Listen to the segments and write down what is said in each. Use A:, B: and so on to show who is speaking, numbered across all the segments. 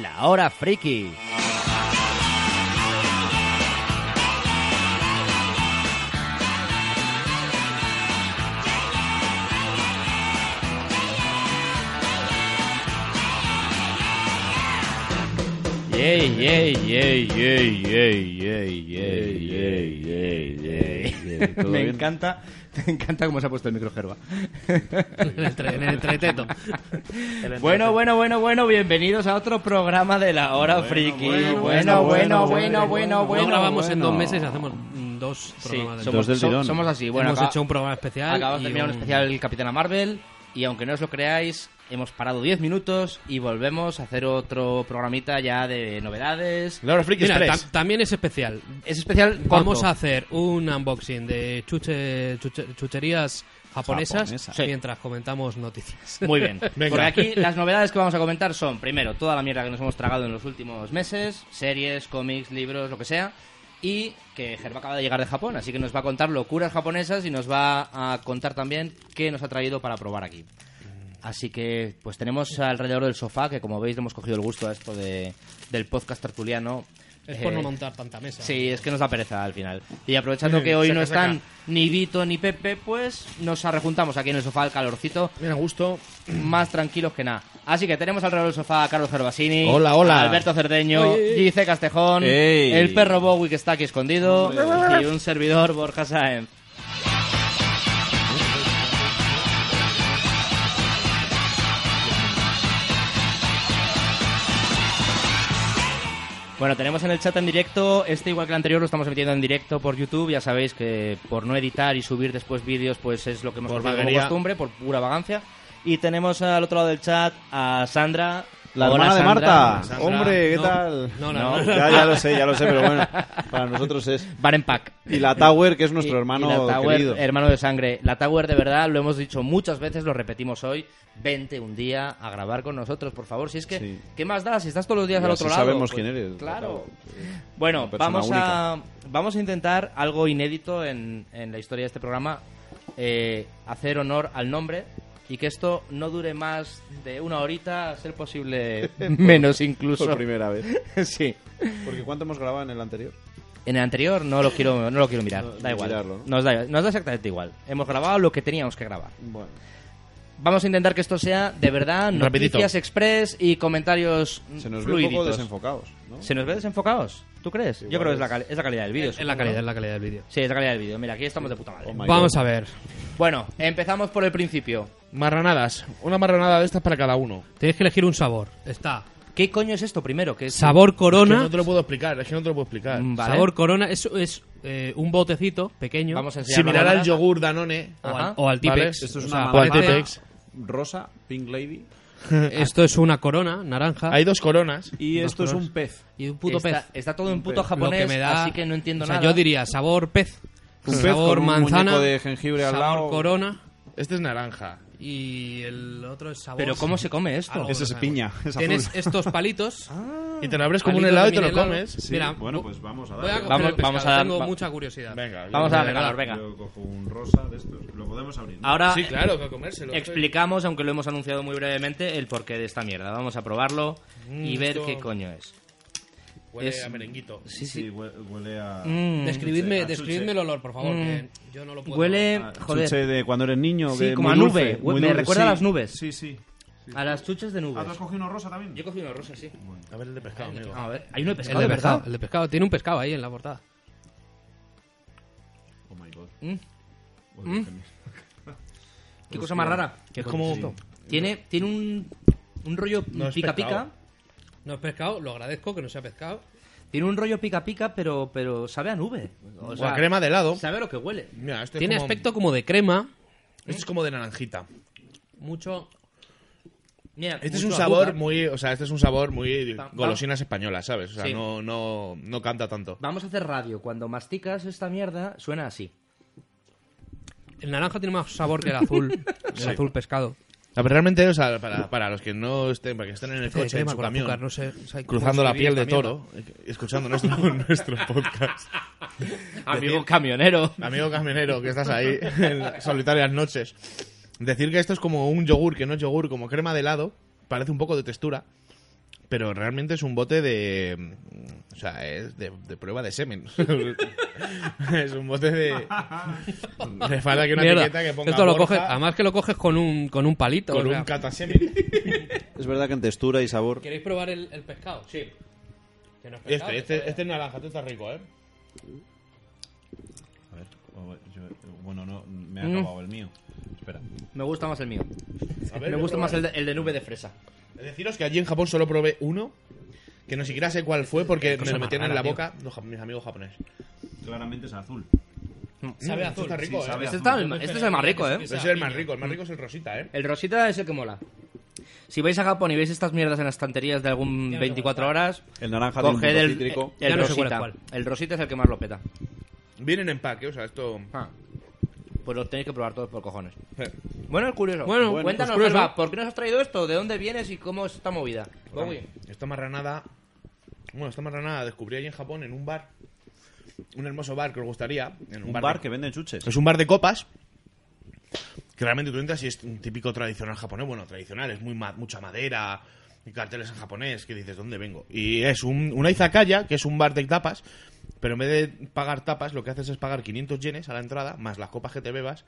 A: La Hora Friki. Yay, yay, yay, yay, yay, yay, yay, yay, yay, yay, yay. ¿Todo
B: Me
A: bien?
B: encanta, me encanta cómo se ha puesto el microjerba.
C: En el, tre- en el entreteto. El
B: Bueno,
C: entreteto.
B: bueno, bueno, bueno, bienvenidos a otro programa de la hora friki. Bueno, bueno, bueno, bueno, bueno, bueno.
C: No grabamos en
A: bueno.
C: dos meses, hacemos mm, dos
B: Sí,
C: programas. del-
B: somos,
A: del
B: so-
A: tirón.
B: somos así. Bueno,
C: hemos
B: acá-
C: hecho un programa especial.
B: acabamos
C: y
B: de terminar un especial Capitana Marvel y aunque no os lo creáis, hemos parado 10 minutos y volvemos a hacer otro programita ya de novedades.
A: La Hora Friki
C: Mira,
A: Express.
C: tam- también es especial.
B: Es especial
C: Vamos
B: corto.
C: a hacer un unboxing de chuche- chuche- chucherías japonesas
A: Japonesa.
B: Sí.
C: mientras comentamos noticias.
B: Muy bien.
C: Venga.
B: Porque aquí las novedades que vamos a comentar son, primero, toda la mierda que nos hemos tragado en los últimos meses, series, cómics, libros, lo que sea, y que Gerba acaba de llegar de Japón, así que nos va a contar locuras japonesas y nos va a contar también qué nos ha traído para probar aquí. Así que, pues tenemos alrededor del sofá, que como veis le hemos cogido el gusto a esto de, del podcast tertuliano.
C: Es por
B: Eh,
C: no montar tanta mesa.
B: Sí, es que nos da pereza al final. Y aprovechando que
D: Mm,
B: hoy
D: saca,
B: no están
D: saca.
B: ni Vito ni Pepe, pues nos arrejuntamos aquí en el sofá al calorcito
D: Bien a gusto.
B: más tranquilos que nada. Así que tenemos alrededor del sofá a Carlos Gervasini,
D: Hola, hola.
B: Alberto Cerdeño, Gice Castejón,
A: Ey.
B: el perro Bowie que está aquí escondido y un servidor Borja Saem. Bueno, tenemos en el chat en directo, este igual que el anterior lo estamos emitiendo en directo por YouTube, ya sabéis que por no editar y subir después vídeos pues es lo que hemos
D: Por
B: hecho como
D: vaguería.
B: costumbre, por pura vagancia. Y tenemos al otro lado del chat a Sandra.
E: La
B: Hola,
E: hermana de
B: Sandra.
E: Marta.
C: Sandra.
E: Hombre, ¿qué
C: No,
E: tal?
C: no, no, no.
E: Ya, ya lo sé, ya lo sé, pero bueno, para nosotros es.
B: Barenpak.
E: Y la Tower, que es nuestro
B: Y-
E: hermano
B: y la Tower,
E: querido.
B: hermano de sangre. La Tower, de verdad, lo hemos dicho muchas veces, lo repetimos hoy. Vente un día a grabar con nosotros, por favor. Si es que,
E: Sí.
B: ¿qué más da? Si estás todos los días
E: Y
B: al
E: así
B: otro lado. Pues,
E: sabemos quién eres,
B: Claro.
E: Tower.
B: Bueno,
E: Una persona
B: vamos a, vamos a intentar algo inédito en, en la historia de este programa. eh, hacer honor al nombre y que esto no dure más de una horita, a ser posible menos incluso.
E: Por primera vez.
B: sí.
E: Porque ¿cuánto hemos grabado en el anterior?
B: En el anterior no lo quiero, no lo quiero mirar,
E: No,
B: da igual.
E: mirarlo, ¿no?
B: nos, da, nos da exactamente igual. Hemos grabado lo que teníamos que grabar.
E: Bueno.
B: Vamos a intentar que esto sea de verdad
D: Rapidito.
B: noticias express y comentarios
E: Se nos ve un poco
B: fluiditos.
E: desenfocados, ¿no?
B: ¿Se nos ve desenfocados? ¿Tú crees? Yo
E: Igual
B: creo que es
E: es-
B: la, cali- es la calidad del vídeo.
C: Es la
B: supongo,
C: calidad,
B: ¿no?
C: es la calidad del vídeo.
B: Sí, es la calidad del vídeo. Mira, aquí estamos de puta madre.
E: Oh my
C: Vamos
E: God.
C: a ver.
B: Bueno, empezamos por el principio.
D: Marranadas. Una marranada de estas para cada uno.
C: Tienes que elegir un sabor. Está
B: ¿Qué coño es esto primero? ¿Qué es
C: sabor
D: Es que
C: corona.
D: no te lo puedo explicar, es que no te lo puedo explicar.
B: Mm, vale.
C: Sabor corona es, es eh, un botecito pequeño.
B: Vamos a enseñarlo
D: Similar
B: ahora.
D: al yogur Danone.
C: o, al,
B: Ajá.
C: o al Tipex.
D: Vale, esto
E: es
C: O
E: una
C: sea,
E: Ah,
D: O al
C: parece-
D: Tetex.
E: Rosa, Pink Lady.
C: Esto es una corona naranja
D: Hay dos coronas.
E: Y
C: Dos
E: esto es
C: colores.
E: un pez.
C: y un puto
B: está,
C: pez.
B: Está todo en puto
E: pez.
C: Lo
B: japonés,
C: que me da-
B: así que no entiendo
C: o sea,
B: nada.
C: Yo diría sabor pez,
E: Un pez con
C: sabor
E: un
C: manzana,
E: muñeco de jengibre al
C: sabor
E: lado.
C: corona
D: Este es naranja.
C: y el otro es sabor.
B: Pero ¿cómo se come esto?
C: Algo
E: Ese
C: que
E: es
C: sabemos.
E: piña, es
C: Tienes
E: azul.
C: estos palitos.
D: Y te lo abres como un
C: palitos
D: helado y
C: de
D: te lo
C: mil helado.
D: comes.
E: Sí,
C: Mira,
E: bueno,
C: bu-
E: pues vamos a
C: Voy a
E: darle.
C: coger
B: Vamos-
C: el pescado,
B: vamos a dar-
C: tengo
B: va-
C: mucha curiosidad.
D: Venga, yo-
B: Vamos a darle
C: Venga,
B: calor, venga.
F: Yo cojo un rosa de estos, lo podemos abrir. ¿no?
B: Ahora
D: Sí, claro, que a comérselo.
B: Explicamos, aunque lo hemos anunciado muy brevemente, el porqué de esta mierda. Vamos a probarlo y
D: Mm,
B: ver
D: esto-
B: qué coño es.
D: Huele
B: es-
D: a merenguito.
B: Sí,
F: Sí, hue- huele a.
B: Mm.
C: Describidme,
F: Chuche, a
C: describidme
F: chuche.
C: el olor, por favor.
B: Mm.
C: que yo no lo puedo.
B: Huele,
F: Ah,
B: joder,
E: Chuche de cuando eres niño.
B: Sí,
E: que
B: como
E: muy
B: a
E: dulce,
B: nube.
E: muy
B: Me
E: dulce.
B: recuerda a las nubes.
F: Sí, sí. sí.
B: a las chuches de
F: Ah, ¿tú has
B: nubes.
F: cogido uno rosa también?
B: Yo he cogido una rosa, sí.
D: A ver el de pescado, amigo.
B: A ver, hay uno de
C: El
B: pescado,
C: de
B: de
C: pescado,
B: verdad.
C: el de pescado. Tiene un pescado ahí en la portada.
F: Oh my god.
B: Mm,
F: Uy, qué mierda.
B: Qué cosa más rara.
D: Que es como...
B: Tiene, tiene un, un rollo
D: No es
B: pica pica.
D: pescado.
C: No es pescado, lo agradezco que no sea pescado.
B: Tiene un rollo pica pica, pero, pero sabe a nube.
D: O
B: O
D: a
B: sea,
D: crema de helado.
B: sabe a lo que huele.
D: Mira, esto es
C: Tiene
D: como-
C: aspecto como de crema.
D: Esto es como de naranjita.
C: Mucho.
B: Mira,
D: Este es un
B: mucho
D: sabor
B: azúcar.
D: muy, o sea, este es un sabor muy
B: Pam, pam.
D: golosinas españolas, ¿sabes? O sea,
B: Sí.
D: no, no, no canta tanto.
B: Vamos a hacer radio. Cuando masticas esta mierda, suena así.
C: El naranja tiene más sabor que el azul. El azul pescado.
D: No, pero realmente, o sea, para, para los que no estén, para que estén
B: Este
D: en el
C: Especie de
D: coche,
C: Eh,
D: en
C: crema
D: su
C: con
D: camión,
C: azúcar, no sé, o sea,
D: cruzando la
C: ¿cómo se
D: piel de
C: divide esta
D: toro, eh, escuchando nuestro, nuestro podcast.
B: Amigo camionero.
D: Amigo camionero, que estás ahí en las solitarias noches. Decir que esto es como un yogur, que no es yogur, como crema de helado, parece un poco de textura, pero realmente es un bote de. mm, O sea, es de, de prueba de semen. es un bote de. Le falta que una
C: Mierda,
D: etiqueta que ponga.
C: esto lo
D: Borja
C: coges, además que lo coges con un, con un palito.
D: Con
C: o sea.
D: un catasemen.
E: Es verdad que en textura y sabor.
C: ¿Queréis probar el, el pescado? Sí. Que no es pescado,
D: Este,
C: que
D: este,
C: está
D: este naranja, este está rico, ¿eh?
F: A ver,
E: oh,
F: o-
E: eh,
F: yo- bueno, no, me
B: Mm.
F: ha acabado el mío. Espera.
B: Me gusta más el mío.
D: A ver,
B: Me
D: voy a
B: gusta
D: probar.
B: más el de, el de nube de fresa.
D: Deciros que allí en Japón solo probé uno, que no siquiera sé cuál fue porque me
C: cosa
D: lo
C: más
D: metieron en
C: rara,
D: la
C: tío.
D: boca los ja- mis amigos japoneses.
F: Claramente es azul.
C: Sabe
D: Mm,
C: azul,
D: Esto está
F: sí,
D: rico, ¿eh?
F: sabe
B: Este,
F: azul.
B: está el- este es el más rico, ¿eh?
D: Ese es el más rico, el más rico es el rosita, ¿eh?
B: El rosita es el que mola. Si vais a Japón y veis estas mierdas en las estanterías de algún
C: Ya no sé
B: 24 horas,
E: El naranja de un
B: coged
E: punto
B: el, el,
E: cítrico.
C: Ya no sé cuál
B: rosita.
C: es cuál.
B: El rosita es el que más lo peta.
D: Vienen en pack, ¿eh? O sea, esto...
B: Pues los tenéis que probar todos por cojones.
D: Eh,
B: Bueno, es curioso.
C: Bueno,
B: Bueno, cuéntanos,
C: pues curioso.
B: Alba, ¿por qué nos has traído esto? ¿De dónde vienes y cómo es esta movida? Bogui.
D: Esta marranada... Bueno, esta marranada descubrí allí en Japón en un bar. Un hermoso bar que os gustaría.
B: eh,
D: En un,
E: Un
D: bar,
E: bar
D: de-
E: que vende chuches.
D: Es un bar de copas. Que realmente tú entras y es un típico tradicional japonés. Bueno, tradicional, es muy ma- mucha madera y carteles en japonés que dices, ¿dónde vengo? Y es un, una izakaya, que es un bar de tapas. Pero en vez de pagar tapas, lo que haces es pagar 500 yenes a la entrada, más las copas que te bebas.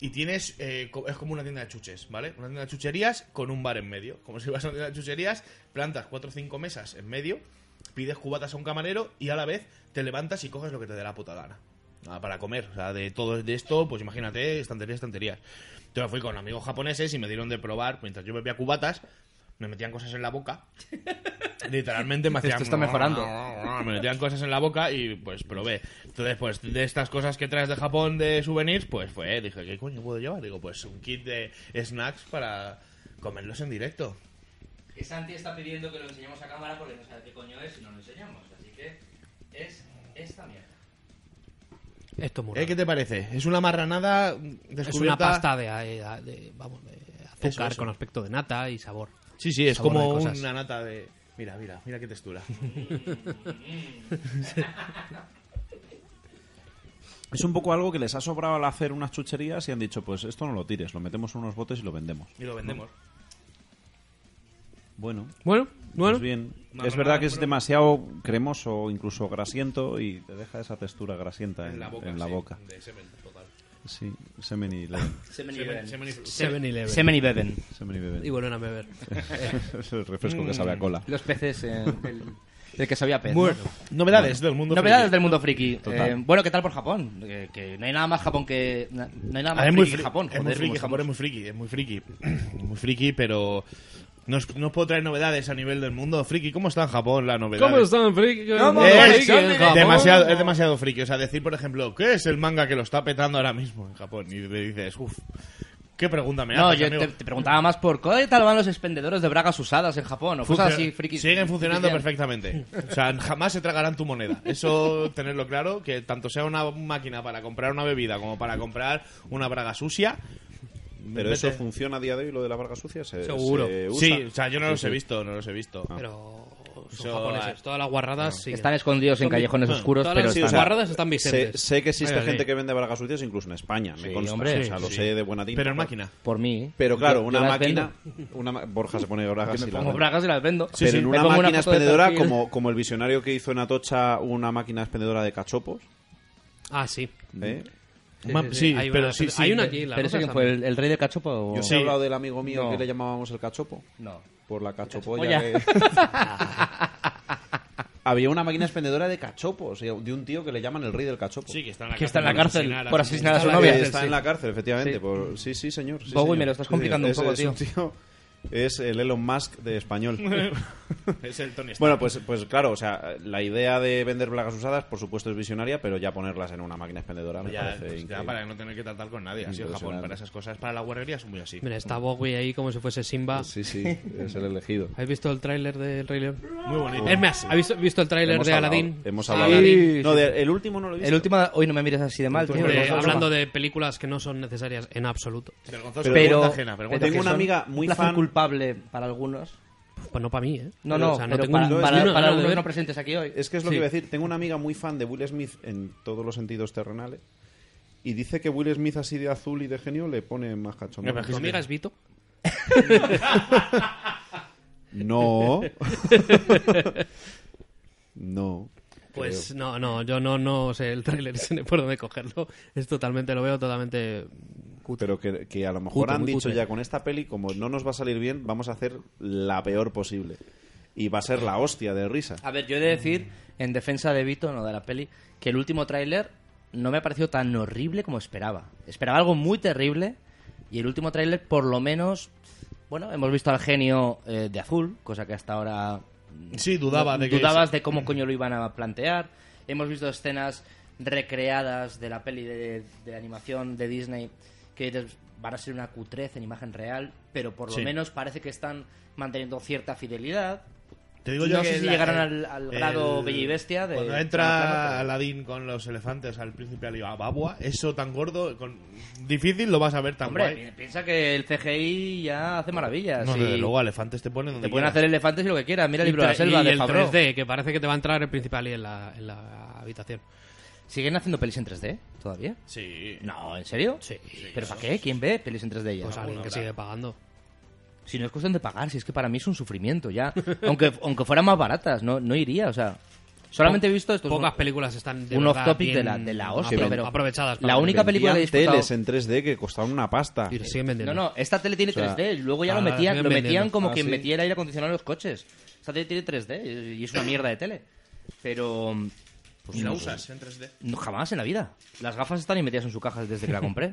D: Y tienes. eh, co- es como una tienda de chuches, ¿vale? Una tienda de chucherías con un bar en medio. Como si vas a una tienda de chucherías, plantas cuatro o cinco mesas en medio, pides cubatas a un camarero y a la vez te levantas y coges lo que te dé la puta gana. Ah, para comer. O sea, de todo de esto, pues imagínate, estanterías, estanterías. Entonces fui con amigos japoneses y me dieron de probar, mientras yo bebía cubatas, me metían cosas en la boca. Literalmente me hacían...
B: Esto está mejorando.
D: Me metían cosas en la boca y pues probé. Entonces, pues de estas cosas que traes de Japón de souvenirs, pues fue, dije, ¿qué coño puedo llevar? Digo, pues un kit de snacks para comerlos en directo.
B: Que Santi está pidiendo que lo enseñemos a cámara porque no sabe qué coño es y no lo enseñamos. Así que es esta mierda.
C: bien. Esto es muy
D: ¿Eh?
C: raro.
D: ¿Qué te parece? Es una marranada descubierta...
C: Es una pasta de, eh, de- vamos, de azúcar
D: Eso, eso.
C: con aspecto de nata y sabor.
D: Sí, sí, es
C: Sabor
D: como
C: de cosas.
D: una nata de... Mira, mira, mira qué textura.
E: Es un poco algo que les ha sobrado al hacer unas chucherías y han dicho, pues esto no lo tires, lo metemos en unos botes y lo vendemos.
D: Y lo vendemos.
E: Bueno,
C: Bueno, bueno.
E: pues bien.
D: Nada,
E: es verdad
D: nada,
E: que es
D: bueno.
E: demasiado cremoso o incluso grasiento y te deja esa textura grasienta en,
D: En la boca.
E: en la
D: sí,
E: boca.
D: de semen, total.
E: Sí, semen y, le-
B: Semen y
D: Semen-
B: beben.
D: semen y fru-
C: 7-Eleven.
B: Semen y beben.
E: semen y
C: Y
E: bebé.
C: vuelven a beber.
E: Es el refresco que sabe a cola.
B: Los peces, eh, el, el que sabía pez. ¿no?
D: Bueno, novedades del mundo.
B: Novedades
D: friki.
B: del mundo friki.
E: Total.
B: Eh, bueno, ¿qué tal por Japón? Eh, que no hay nada más Japón que. na- No hay nada más
D: Ah, es muy
B: friki
D: friki
B: que Japón.
D: Es muy
B: joder,
D: friki,
B: como
D: Japón es muy friki, es muy friki. Muy friki, pero. No os, no os puedo traer novedades a nivel del mundo friki. ¿Cómo está en Japón la novedad?
C: ¿Cómo están, friki?
B: ¿Cómo Eh,
D: Es,
B: friki en Japón?
D: demasiado, es demasiado friki. O sea, decir, por ejemplo, ¿qué es el manga que lo está petando ahora mismo en Japón? Y le dices, uff, ¿qué pregunta me
B: No,
D: haces,
B: yo
D: amigo?
B: te, te preguntaba más por qué tal van los expendedores de bragas usadas en Japón o cosas
D: Funciona-
B: así frikis.
D: Siguen funcionando
B: Oficial.
D: perfectamente. O sea, jamás se tragarán tu moneda. Eso, tenerlo claro, que tanto sea una máquina para comprar una bebida como para comprar una braga sucia.
E: Pero eso
D: vete.
E: funciona a día de hoy, lo de la barga sucia. Se,
C: Seguro.
E: se usa.
D: Sí, o sea, yo no los he visto, no los he
B: Ah.
D: visto.
C: Pero son
D: Eso,
C: japoneses.
D: ah,
C: Todas las guarradas siguen.
B: eh, Están escondidos en callejones oscuros,
C: Todas
B: pero
C: las
E: sí, o
B: están.
E: sea,
C: guarradas están
E: Sé,
C: vigentes.
E: sé que existe
C: Vaya,
E: gente
C: sí.
E: que vende bragas sucias incluso en España. Me
B: Sí,
E: consta,
B: hombre.
E: o sea, lo
D: Sí.
E: sé de buena tinta.
C: Pues,
D: Pero en máquina.
B: Por mí.
E: Pero claro,
B: Yo-
E: una
B: yo las
E: máquina.
B: vendo.
E: Una, ma- Borja se pone bragas
B: Yo
E: y
B: me
E: la
B: pongo
E: vende.
B: bragas y las vendo.
E: pero en
B: Me
E: una
B: pongo
E: máquina
B: foto de
E: expendedora,
B: perfil.
E: como, como el visionario que hizo en Atocha una máquina expendedora de cachopos.
C: Ah, sí.
E: ¿eh?
D: Ma- sí,
C: hay
D: pero
C: una,
D: sí, sí,
C: Hay una
D: pe-
C: aquí. en la
B: ¿Pero ese
C: Rosa
B: quién fue?
C: también.
B: ¿El, el rey del cachopo? o-
E: Yo os
D: Sí.
E: he hablado del amigo mío
B: No.
E: que le llamábamos el cachopo.
B: No.
E: Por la cachopolla.
B: Cachopolla.
E: que- Había una máquina expendedora de cachopos, de un tío que le llaman el rey del cachopo.
D: Sí, que está en la
B: Que
D: cárcel,
B: está en la
D: por
B: cárcel
D: asesinar
B: por
D: su-
B: asesinar a
E: Está
B: su
E: en la-
B: novia.
E: Está en la cárcel, efectivamente.
B: Sí.
E: por- Sí, sí, señor. sí,
B: Bowie,
E: señor.
B: me lo estás
E: Sí,
B: complicando un
E: es-
B: poco,
E: es tío- Es el Elon Musk de español.
D: Es el Tony Stark.
E: Bueno, pues, pues claro, o sea, la idea de vender blagas usadas, por supuesto, es visionaria, pero ya ponerlas en una máquina expendedora me
D: ya,
E: parece
D: pues, ya
E: increíble.
D: para no tener que tratar con nadie. Así en Japón,
E: Impresionante.
D: para esas cosas. Para la guarrería es muy así.
C: Mira, está Bowie ahí como si fuese Simba.
E: Sí, sí, es el elegido.
C: ¿Habéis visto el tráiler del Rey León?
D: Muy bonito.
C: Es más, ¿habéis visto- visto el tráiler
E: Hemos
C: de
E: hablado-
C: Aladdin? eh,
E: Hemos
C: Sí.
E: hablado.
C: Sí.
E: No, de- el último no lo he visto.
B: El último, hoy no me mires así de mal, tío.
C: Eh,
D: Pero-
C: hablando de películas que no son necesarias en absoluto.
D: Vergonzoso,
B: Pero,
D: vergüenza ajena,
B: pero
D: vergüenza
E: Tengo
B: que
E: una
B: son
E: amiga muy
B: un placer
E: fan-
B: culpable para algunos.
C: Pues no para mí, ¿eh?
B: No, no,
C: O sea,
B: pero
C: tengo
B: para,
E: un-
C: ni
B: para,
C: una
B: para
C: gana de
B: algunos
C: ver.
B: no presentes aquí hoy.
E: Es que es lo
C: Sí.
E: que iba a decir. Tengo una amiga muy fan de Will Smith en todos los sentidos terrenales y dice que Will Smith así de azul y de genio le pone más cachondo.
D: Me imagino.
C: ¿Tu amiga es Vito?
E: No. no.
C: Pues no, no, yo no, no sé el tráiler, sé por dónde cogerlo. Es totalmente, lo veo totalmente cutre.
E: Pero que, que a lo mejor
C: Cutre,
E: han
C: muy
E: dicho
C: cutre.
E: ya con esta peli, como no nos va a salir bien, vamos a hacer la peor posible. Y va a ser la hostia de risa.
B: A ver, yo he de decir, en defensa de Vito, no de la peli, que el último tráiler no me ha parecido tan horrible como esperaba. Esperaba algo muy terrible y el último tráiler, por lo menos, bueno, hemos visto al genio eh, de azul, cosa que hasta ahora
D: Sí, dudaba de que.
B: dudabas de cómo coño lo iban a plantear. Hemos visto escenas recreadas de la peli de, de animación de Disney que dices, van a ser una cutrez en imagen real, pero por lo
D: Sí.
B: menos parece que están manteniendo cierta fidelidad.
D: Te digo yo
B: No
D: que
B: sé si
D: la-
B: llegaron
D: el-
B: al- al grado Bella y Bestia de-
D: Cuando
B: Claro,
D: entra
B: claro.
D: Aladín con los elefantes al príncipe Alibaba, eso tan gordo, con- difícil lo vas a ver tan
B: Hombre,
D: guay.
B: pi- piensa que el CGI ya hace maravillas.
D: No,
B: y
D: desde luego, elefantes te ponen donde
B: te pueden
D: quieras.
B: hacer elefantes y lo que quieras. Mira el libro de la
C: Y-
B: selva
C: y
B: de
C: el
B: Favreau.
C: 3D, que parece que te va a entrar el principal y en la, en la habitación. Pues
B: ¿Siguen haciendo pelis en 3D todavía?
D: Sí.
B: No, ¿en serio?
C: Sí.
B: ¿Pero para qué? ¿Quién ve pelis en 3D ya?
C: Pues alguien que sigue pagando.
B: Si no es cuestión de pagar, si es que para mí es un sufrimiento ya. Aunque, aunque fueran más baratas, no, no iría, o sea. Solamente he visto estos.
C: Pocas películas están de
B: un
C: verdad
B: off-topic de
C: bien
B: la, de la hostia,
C: apro-
B: pero.
C: aprovechadas. para
B: La
C: ver
B: única película que he
E: Vendían
B: disfrutado.
E: teles en 3D que costaban una pasta.
C: películas. Y siguen vendiendo.
B: No, no, esta tele tiene
E: O sea,
B: 3D. Luego ya
C: ah,
B: lo
C: la
B: metían,
C: siguen
B: lo metían
C: vendiendo.
B: como
E: Ah,
B: quien
E: sí.
B: metía el aire acondicionado en los coches. Esta tele tiene 3D y es una mierda de tele. Pero. pues
D: Y la
B: no,
D: usas en 3D.
B: no, jamás en la vida. Las gafas están y metidas en su caja desde que la compré.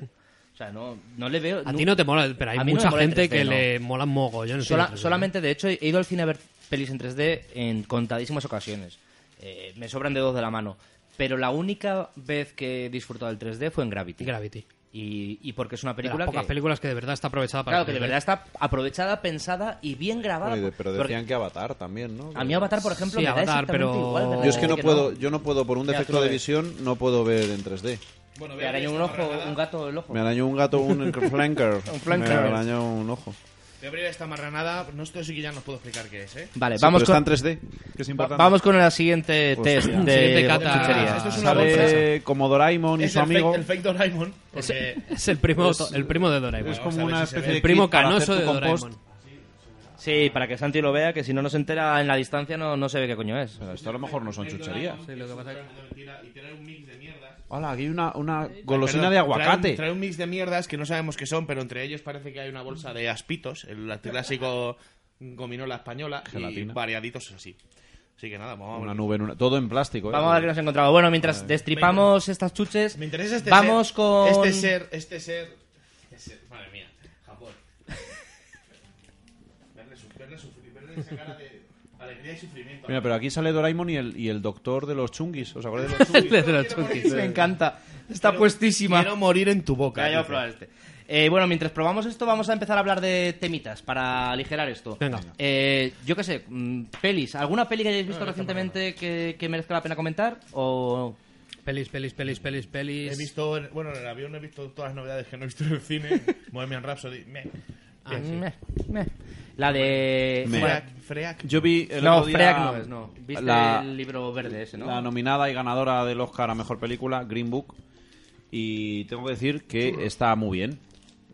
B: O sea, no, no le veo.
C: A
B: nu-
C: ti no te mola, pero hay
B: A mí no me
C: mucha
B: mola el
C: gente
B: 3D,
C: que
B: no.
C: le mola mogollón. el
B: Sola-
C: cine 3D.
B: solamente, de hecho, he ido al cine a ver pelis en 3D en contadísimas ocasiones. Eh, me sobran dedos de la mano. Pero la única vez que he disfrutado del 3D fue en Gravity.
C: Gravity.
B: Y, y porque es una
C: De las
B: película
C: pocas
B: que,
C: películas que de verdad está aprovechada para.
B: claro, que de verdad está aprovechada, pensada y bien grabada.
E: Oye, pero
B: Porque
E: decían que Avatar también, ¿no?
B: a mí Avatar, por ejemplo, me
C: Sí,
B: da
C: Avatar,
B: exactamente
C: pero-
B: igual.
E: Yo es que no
B: verdaderamente
E: puedo, yo no puedo por
B: Ya,
E: un
B: tú
E: defecto
B: lo
E: de
B: ves.
E: visión no puedo ver en 3D.
D: Bueno,
B: Me arañó un ojo, un gato el ojo.
E: Me arañó un gato un flanker.
B: Un flanker.
E: Me arañó un ojo.
D: Voy a abrir esta marranada. No, esto sí que ya no os puedo explicar qué es, ¿eh?
B: Vale,
E: Sí,
B: vamos
E: pero
B: con,
E: está en 3D, que es
B: va-
E: importante.
B: vamos con el siguiente
E: Hostia.
B: test de
C: Siguiente cata.
B: chucherías.
D: Esto es una bolsa.
E: Sale como Doraemon y
D: Es
E: su
D: el,
E: amigo.
D: Fake, el fake Doraemon. Porque
C: Es el primo, el primo de Doraemon.
E: Es como una especie de
C: el primo
E: kit para
C: canoso de
E: hacer tu compost.
C: Doraemon.
B: Sí, para que Santi lo vea, que si no nos entera en la distancia no, no se ve qué coño es.
E: Pero esto a lo mejor no son chucherías.
C: Sí, lo que pasa es
D: y tener un mix de mierdas.
E: Hola, aquí hay una, una golosina
D: Perdón,
E: de
D: Trae
E: aguacate.
D: un, trae un mix de mierdas que no sabemos qué son, pero entre ellos parece que hay una bolsa de aspitos, el clásico gominola española,
E: Gelatina.
D: y variaditos así. Así que nada, vamos
E: Una
D: a
E: nube en una- Todo en plástico. ¿eh?
B: Vamos a ver qué nos encontramos. Bueno, mientras destripamos estas chuches,
D: Me interesa este
B: vamos
D: ser.
B: con...
D: Este ser, este ser. Este ser. Madre mía, Japón. verle, su, verle, sufrir, verle esa cara de alegría y sufrimiento.
E: Mira, pero aquí sale Doraemon y el, y el doctor de los chunguis. ¿Os acordáis de los chunguis?
C: De los chunquis.
B: Me encanta. Está puestísima.
D: Quiero morir en tu boca.
B: Ya, ya voy a
D: dice.
B: probar este. Eh, bueno, mientras probamos esto, vamos a empezar a hablar de temitas para aligerar esto.
C: Venga.
B: Eh, yo qué sé, mm, pelis. ¿Alguna peli que hayáis visto recientemente que, que merezca la pena comentar? O...
C: Pelis, pelis, pelis, pelis, pelis.
D: He visto, en- bueno, en el avión he visto todas las novedades que no he visto en el cine. Bohemian Rhapsody. meh.
B: Ah, meh, meh. La de...
E: Me.
B: Bueno,
D: Freak, Freak.
E: Yo vi el
B: no,
E: otro día
B: Freak no es, no. Viste
E: la-
B: el libro verde ese, ¿no?
E: la nominada y ganadora del Oscar a Mejor Película, Green Book. Y tengo que decir que está muy bien.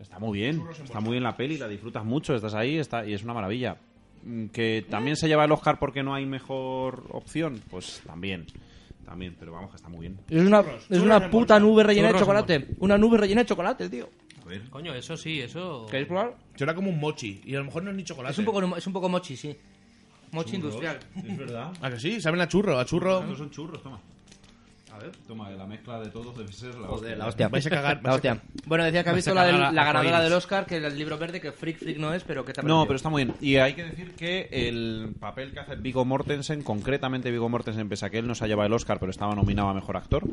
E: Está muy bien. Está muy bien la peli, la disfrutas mucho, estás ahí está, y es una maravilla. Mm, Que también se lleva el Oscar porque no hay mejor opción, pues también. También, pero vamos, que está muy bien.
B: Es una, es
D: churros
B: una
D: en
B: puta nube rellena de
C: Churros en
B: chocolate. Una nube rellena de chocolate, tío.
C: Coño, eso sí, eso.
B: ¿Queréis probar?
D: Será como un mochi. Y a lo mejor no es ni chocolate.
B: Es un poco, es un poco mochi, sí. Mochi industrial.
E: Es verdad.
D: ¿A que sí? ¿Saben a churro? A churro.
E: son churros, toma. A ver. Toma, la mezcla de todos debe ser la Joder,
B: La hostia.
D: Vais a cagar, vais
B: La
D: a
B: hostia. Bueno, decía que has
C: Vais a
B: visto la, del-
C: cagar a-
B: la
C: a
B: ganadora
C: coiris.
B: del Oscar, que era el libro verde, que Freak Freak no es, pero que te ha
E: No,
B: parecido?
E: pero está muy bien. Y hay que decir que el papel que hace Vigo Mortensen, concretamente Vigo Mortensen, pese a que él no se ha llevado el Oscar, pero estaba nominado a Mejor Actor,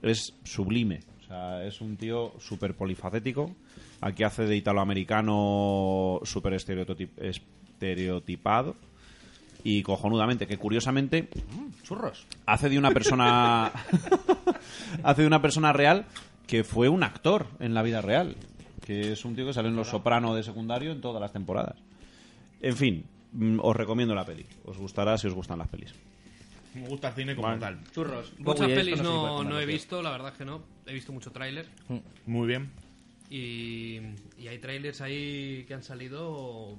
E: es sublime. O sea, es un tío súper polifacético. Aquí hace de italoamericano súper estereototip- estereotipado. Y cojonudamente, que curiosamente
B: churros.
E: hace de una persona hace de una persona real que fue un actor en la vida real que es un tío que sale en los soprano de secundario en todas las temporadas en fin mm, os recomiendo la peli os gustará si os gustan las pelis
D: cagar. Me gusta el cine como tal.
B: Churros.
C: Muchas
B: Bowie, esto
C: pelis
B: sé si puede
C: no,
B: comer,
C: no he
B: tío.
C: visto, la verdad es que no. He visto mucho tráiler.
D: Muy bien.
C: Y, y hay trailers ahí que han salido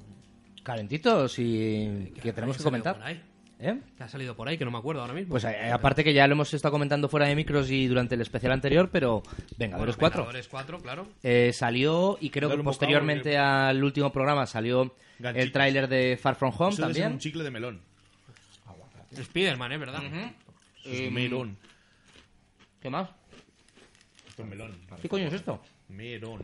B: Calentitos y que tenemos
C: ha
B: que
C: salido
B: comentar.
C: por ahí.
B: ¿eh?
C: Que ha salido por ahí, que no me acuerdo ahora mismo.
B: Pues eh, aparte que ya lo hemos estado comentando fuera de micros y durante el especial anterior, pero Vengadores 4
C: Vengadores 4, claro.
B: eh, salió y creo
D: Dale
B: que
D: un bocado,
B: posteriormente
D: porque-
B: al último programa salió
D: Ganchitos.
B: el tráiler de Far From Home
D: Eso debe ser
B: también.
D: un chicle de melón.
C: Spiderman, ¿eh? ¿Verdad?
D: Eso
B: Em,
D: es melón.
B: ¿Qué más?
D: Esto es melón.
B: ¿Qué coño es esto?
D: Melón.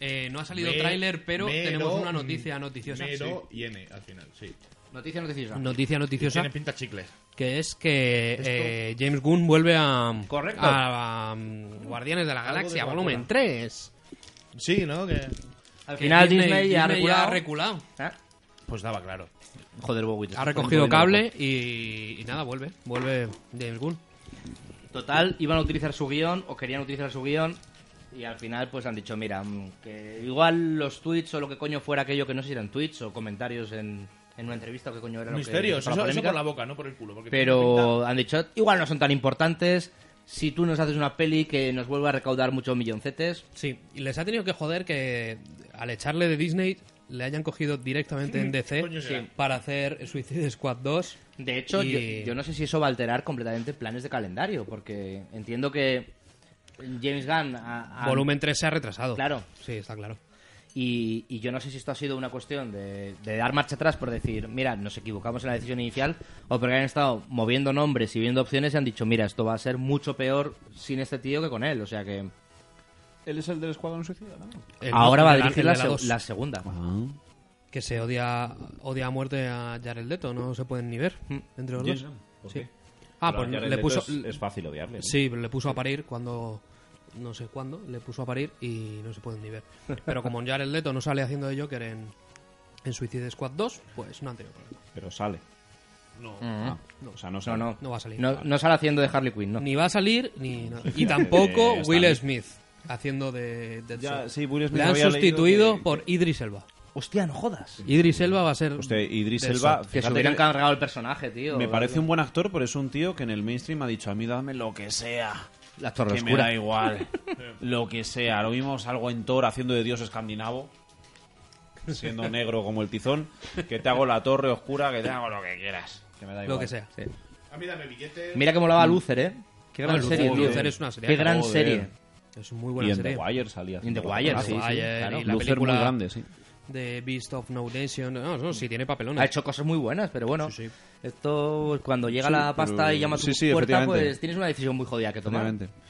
C: Eh, no ha salido
D: Me-
C: tráiler, pero
D: mero-
C: tenemos una noticia noticiosa.
D: Mero y N al final, sí.
B: Noticia noticiosa.
C: Sí. Noticia noticiosa,
D: Tiene pinta chicle.
C: que es que eh, James Gunn vuelve a,
B: Correcto.
C: a, a, um, Guardianes de la Galaxia, volumen 3.
D: Sí, ¿no? Que...
B: Al
C: Que
B: final Disney, ya ha
C: Disney ya
B: reculado.
C: ha reculado.
B: ¿Eh?
D: Pues daba claro.
B: Joder, Bowie. te
C: Ha
B: estás
C: recogido
B: poniendo loco.
C: cable y, y nada, vuelve. Vuelve James Gunn.
B: Total, iban a utilizar su guión o querían utilizar su guión y al final pues han dicho, mira, mm, que igual los tweets o lo que coño fuera aquello que no sé si eran tweets o comentarios en, en una entrevista o qué coño era lo que-
D: Misterios,
B: para la
D: eso, eso
B: polémica,
D: por la boca, no por el culo. Porque tiene
B: Pero han dicho, igual no son tan importantes si tú nos haces una peli que nos vuelva a recaudar muchos milloncetes.
C: Sí, y les ha tenido que joder que al echarle de Disney le hayan cogido directamente en
D: Coño
C: DC
D: será.
C: para hacer Suicide Squad 2.
B: De hecho,
C: Y-
B: yo, yo no sé si eso va a alterar completamente planes de calendario, porque entiendo que James Gunn... ha- ha-
C: Volumen 3 se ha retrasado.
B: Ah. Claro.
C: Sí, está claro.
B: Y, y yo no sé si esto ha sido una cuestión de, de dar marcha atrás por decir, mira, nos equivocamos en la decisión inicial, o porque han estado moviendo nombres y viendo opciones y han dicho, mira, esto va a ser mucho peor sin este tío que con él. O sea que
E: Él es el del Escuadrón Suicida, ¿no?
C: El
B: ahora
C: dos,
B: va a
C: el de
B: dirigir
C: el
B: la,
C: de Ah.
B: se-
C: 2,
B: la segunda.
C: Que se odia, odia a muerte a Jared Leto, no se pueden ni ver entre los dos. Sí. Ah, pues le puso...
E: Es, es fácil odiarle. ¿no?
C: Sí, pero le puso a parir cuando... No sé cuándo, le puso a parir y no se pueden ni ver. Pero como Jared Leto no sale haciendo de Joker en, en Suicide Squad 2, pues no han tenido problema.
E: Pero sale. Ah.
B: Mm.
E: No. O sea, no
B: No,
E: sale.
B: no.
C: No va a salir.
B: No, no sale haciendo de Harley Quinn, no.
C: Ni va a salir, ni nada. Y tampoco
E: Eh, Stan
C: Will
E: Lee.
C: Smith haciendo de Deadshot.
E: Ya, sí, Will Smith
C: Le han
E: había leído
C: sustituido
E: que-
C: por Idris Elba.
B: Hostia, no jodas.
C: Idris Elba va a ser.
E: Usted, Idris
C: Deadshot.
E: Elba,
B: Que se
E: fíjate
B: hubieran
E: que-
B: cargado el personaje, tío.
E: me parece un buen actor, pero es un tío que en el mainstream ha dicho, a mí dame lo que sea.
B: La torre
E: Que me da
B: oscura.
E: igual. lo que sea. Lo mismo salgo en Thor haciendo de dios escandinavo. Siendo negro como el tizón. Que te hago la torre oscura, que te hago lo que quieras. Que me da igual.
C: Lo que sea.
D: pinta- A mí dame billetes.
B: Mira que molaba Luther, ¿eh? Qué
C: Ah,
B: gran
C: Luther,
B: serie, tío.
C: Luther es una serie,
B: Qué gran
E: Mm. joder.
B: serie.
C: Es muy
E: y
C: buena
E: en
C: serie.
E: The Wire salía.
B: In The
E: haciendo
B: Wire,
E: cosas.
B: sí, sí,
C: Wire eh,
B: claro.
C: y la
E: Lucer
C: película
E: muy grande, sí.
C: de Beast of No Nation. No, no, sí, tiene papelones.
B: Ha hecho cosas muy buenas, pero bueno.
C: Sí, sí.
B: Esto, pues, cuando llega
E: Sí,
B: la pasta
E: pero-
B: y llama a tu
E: sí, sí,
B: puerta,
E: efectivamente.
B: pues tienes una decisión muy jodida que tomar.
E: Efectivamente.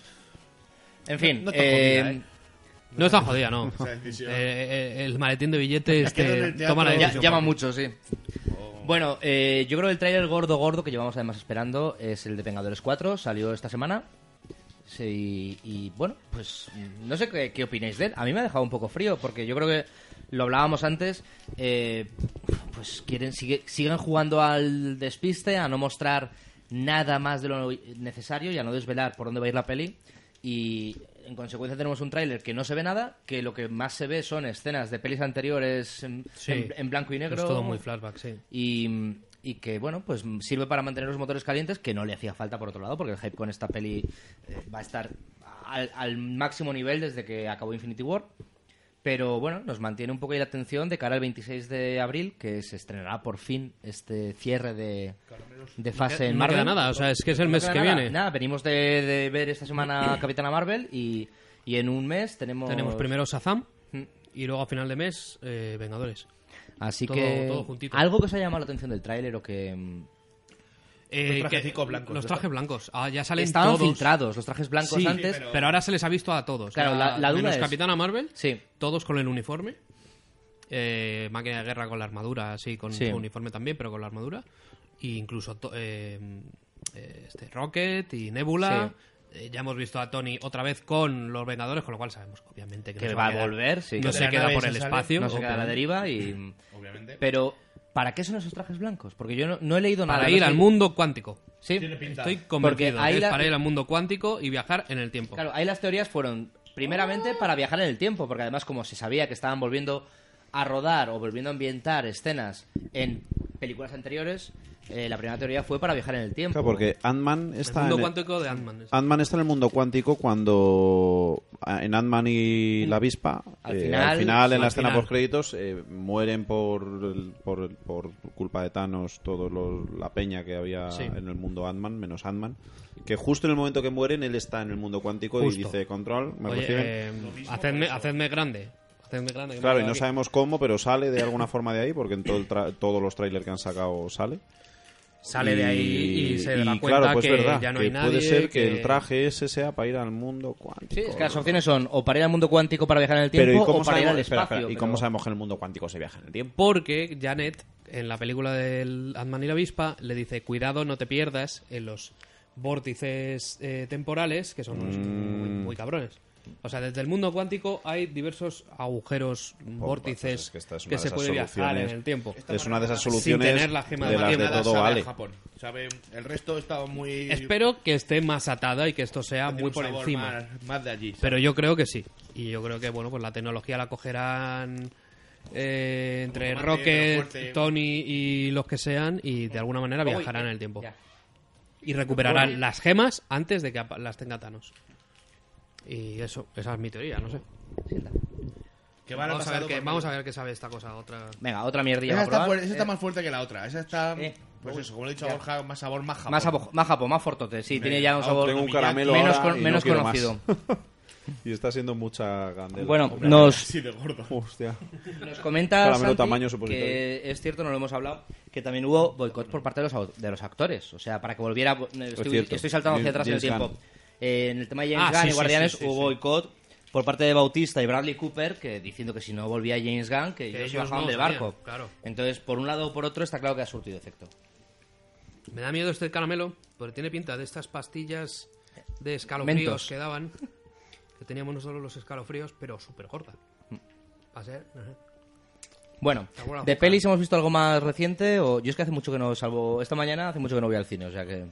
B: En fin,
D: No está
B: eh,
D: jodida, ¿eh?
C: No está jodida, no.
D: Esa decisión.
C: Eh, eh, el maletín de billetes
D: que en
C: te Oh.
D: el teatro-
C: toma la
B: ya-
C: decisión.
B: llama mucho, sí. Bueno, eh, yo creo que el tráiler gordo gordo que llevamos además esperando es el de Vengadores 4, salió esta semana. Sí, y bueno, pues no sé qué, qué opináis de él. A mí me ha dejado un poco frío porque yo creo que lo hablábamos antes. eh, pues quieren sigue- siguen jugando al despiste, a no mostrar nada más de lo necesario y a no desvelar por dónde va a ir la peli. Y en consecuencia tenemos un tráiler que no se ve nada, que lo que más se ve son escenas de pelis anteriores en,
C: Sí.
B: en- en blanco y negro.
C: Es todo muy flashback, sí.
B: Y, y que, bueno, pues mm, sirve para mantener los motores calientes, que no le hacía falta por otro lado, porque el hype con esta peli eh, va a estar al, al máximo nivel desde que acabó Infinity War. Pero bueno, nos mantiene un poco ahí la atención de cara al 26 de abril, que se estrenará por fin este cierre de, de fase en
C: No
B: Marvel.
C: queda nada, o sea, es que es el
B: No
C: mes
B: queda
C: que
B: nada,
C: viene.
B: Nada, venimos de, de ver esta semana Capitana Marvel y, y en un mes tenemos...
C: Tenemos primero Shazam
B: Mm.
C: y luego a final de mes eh, Vengadores.
B: Así
C: todo-
B: que...
C: todo juntito.
B: Algo que os haya llamado la atención del tráiler o que... mm,
C: Eh,
D: Los
C: que-
D: trajecicos blancos,
C: Los
D: ¿no?
C: trajes blancos. Ah, ya salen
B: Estaban
C: todos.
B: filtrados los trajes blancos
C: Sí,
B: antes.
C: pero... ahora se les ha visto a todos.
B: Claro,
C: Ya,
B: la- la duda
C: menos
B: es-
C: Capitana Marvel,
B: Sí.
C: todos con el uniforme. Eh, máquina de guerra con la armadura, sí, con
B: Sí.
C: su uniforme también, pero con la armadura. Y incluso to- eh, eh, este Rocket y Nebula. Eh, ya hemos visto a Tony otra vez con los Vengadores, con lo cual sabemos que obviamente que, no
B: Que
C: se
B: va a
C: quedar-
B: volver, sí.
C: No
B: Que
D: de
C: se
D: la
C: queda
D: nave
C: por
D: se
C: el
D: sale,
C: espacio.
B: no se queda a la deriva y...
D: Obviamente.
B: Pero, ¿para qué son esos trajes blancos? Porque yo no, no he leído nada.
C: Para
B: no
C: ir
B: sé-
C: al mundo cuántico.
B: Sí.
D: Tiene pinta.
C: Estoy
B: Porque
C: convencido.
B: ahí
C: que es
B: la-
C: para ir al mundo cuántico y viajar en el tiempo.
B: Claro, ahí las teorías fueron, primeramente, para viajar en el tiempo, porque además como se sabía que estaban volviendo a rodar o volviendo a ambientar escenas en películas anteriores, eh, la primera teoría fue para viajar en el tiempo.
E: Claro, porque Ant-Man
C: el
E: está,
C: mundo
E: en el- Ah,
C: cuántico de Ant-Man.
E: Ant-Man está en el mundo cuántico cuando a- en Ant-Man y la avispa, eh,
B: Al
E: al final,
B: final,
E: en la
C: al
E: escena
C: final.
E: post créditos, mueren por, el- por, el- por culpa de Thanos todos los- la peña que había
C: Sí.
E: en el mundo Ant-Man, menos Ant-Man. Que justo en el momento que mueren, él está en el mundo cuántico
C: Justo.
E: y dice: Control, me
C: Oye,
E: reciben.
C: eh, hacedme, hacedme grande. Hacedme grande. que me
E: Claro, y
C: quedo
E: no
C: aquí.
E: sabemos cómo, pero sale de alguna forma de ahí, porque en todo el tra- todos los trailers que han sacado sale.
C: Sale
E: Y-
C: de ahí y se da
E: y
C: cuenta
E: claro, pues
C: que
E: verdad,
C: ya no
E: que
C: hay nadie.
E: Puede ser que, el traje ese sea para ir al mundo cuántico.
B: Sí, es que las opciones son o para ir al mundo cuántico para viajar en el tiempo
E: Pero ¿y cómo,
B: o para ir
E: sabemos,
B: al
E: espera,
B: espacio.
E: espera, ¿y
B: pero-
E: cómo sabemos que en el mundo cuántico se viaja en el tiempo?
C: Porque Janet, en la película del Ant-Man y la avispa, le dice, cuidado, no te pierdas en los vórtices eh, temporales, que son unos muy,
E: Mm.
C: muy cabrones. O sea, desde el mundo cuántico hay diversos agujeros, vórtices
E: pues es que esta es una
C: que
E: de
C: se
E: esas
C: puede viajar en
E: soluciones.
C: el tiempo.
E: es una de esas
C: Sin
E: soluciones
C: tener la gema de
E: de las
C: Matilda,
E: de
D: Nada
E: todo
D: sabe
E: vale.
D: Japón, sabe, el resto está muy...
C: Espero que esté más atada y que esto sea
D: tiene
C: muy
D: un
C: por
D: sabor
C: encima.
D: Más, más de allí.
C: Pero yo creo que sí. Y yo creo que, bueno, pues la tecnología la cogerán eh, entre
D: Marte, Fuerte. eh,
C: Rocket, Tony y los que sean y de alguna manera viajarán en el tiempo. Y recuperarán las gemas antes de que apa- las tenga Thanos. Y eso, esa es mi teoría, no sé.
D: Que van al
C: Vamos a, ver
D: pasado
C: qué,
D: con-
C: vamos a ver qué sabe esta cosa otra.
B: Venga, otra mierdilla. para
D: Esa está,
B: probar.
D: fuer- esa está
B: Eh,
D: más fuerte que la otra. Esa está...
B: eh,
D: pues
B: uy,
D: eso, como le he dicho,
B: ya.
D: a Borja, más sabor, más Japón.
B: más japo, más japo, más fortote. Sí, tiene ya un
D: aún
B: sabor
E: Tengo un caramelo
B: menos,
E: ahora
B: con-
E: y no
B: menos
E: quiero más.
B: conocido.
E: Y está siendo mucha gandela.
B: Bueno,
E: Hombre,
B: nos,
D: Sí, de gordo.
E: Hostia.
B: Nos comenta
E: Caramelo
B: Santi
E: tamaño supositorio.
B: que es cierto, no lo hemos hablado, que también hubo boicot por parte de los, au- de los actores. O sea, para que volviera... Estoy,
E: cierto.
B: estoy saltando hacia
E: James-
B: atrás en el
E: James
B: tiempo. Eh, en el tema de
C: Ah,
B: James
C: sí,
B: Gunn y
C: sí,
B: Guardianes
C: sí, sí,
B: hubo
C: sí.
B: boicot por parte de Bautista y Bradley Cooper que diciendo que si no volvía James Gunn, que,
C: Que
B: ellos se
C: ellos
B: bajaban
C: no
B: del
C: sabían,
B: barco.
C: claro.
B: Entonces, por un lado o por otro, está claro que ha surtido efecto.
C: Me da miedo este caramelo, porque tiene pinta de estas pastillas de escalofríos
B: Mentos.
C: que daban. Que teníamos nosotros los escalofríos, pero súper gorda.
B: Mm.
C: Va a ser... ajá.
B: Bueno,
C: Te acuerdas,
B: ¿de
C: Juan.
B: pelis hemos visto algo más reciente? o Yo es que hace mucho que no, salvo esta mañana, hace mucho que no voy al cine, o sea que...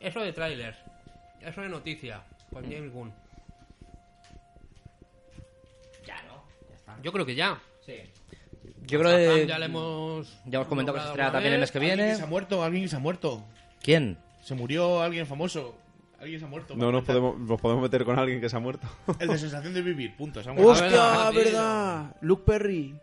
C: Eso de tráiler. Eso de noticia. pues Con James Gunn.
B: Ya, ¿no? Ya está.
C: Yo creo que ya.
B: Sí. Yo creo
C: Shazam
B: que...
C: Pues ya le hemos...
B: Ya hemos comentado que se estrena
C: nombrado alguna
B: también el mes
C: vez.
B: que
D: ¿Alguien
B: viene.
D: se ha muerto? ¿Alguien que se ha muerto?
B: ¿Quién?
D: ¿Se murió alguien famoso? ¿Alguien se ha muerto?
E: No nos podemos, nos podemos meter con alguien que se ha muerto.
D: El de sensación de vivir, punto. Se ha muerto.
E: ¡Hostia,
C: Ah, verdad.
E: verdad! Luke Perry.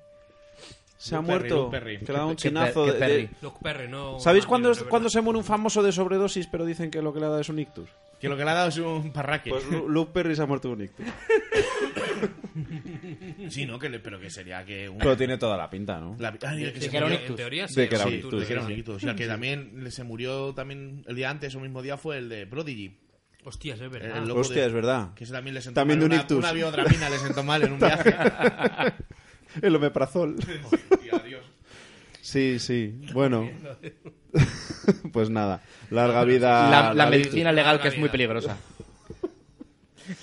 E: Se ha
D: Luke Perry,
E: muerto.
D: Luke Perry.
E: Que le ha dado un
B: Qué per-
E: chinazo
B: qué
E: de-
B: Perry.
E: de,
C: Luke Perry, Ah, no...
E: ¿Sabéis
C: no,
E: cuándo,
C: no, no,
E: cuándo
C: no.
E: se muere un famoso de sobredosis pero dicen que lo que le ha dado es un ictus?
D: Que lo que le ha dado es un parraque.
E: Pues Lu- Luke Perry se ha muerto de un ictus.
D: sí, ¿no? Que le- pero que sería que un...
E: Pero tiene toda la pinta, ¿no?
D: La... Ah, y el que se
B: que era
D: murió-
B: un
C: En teoría sí.
E: De que era
C: sí,
E: un ictus,
C: tú-
D: que era un amiguito. O sea, que también se murió también el día antes, o mismo día, fue el de Prodigy.
C: Hostias, es
D: El,
C: verdad.
D: loco
E: Hostia,
D: de-
E: es verdad.
D: Que ese también le sentó
E: También
D: mal.
E: de un
D: una,
E: ictus.
D: una biodramina le sentó mal en un viaje.
E: El omeprazol.
D: Hostia, Dios.
E: Sí, sí. Bueno. pues nada. Larga
B: la,
E: vida.
B: la
E: larga
B: medicina
C: vida.
B: legal que es muy peligrosa.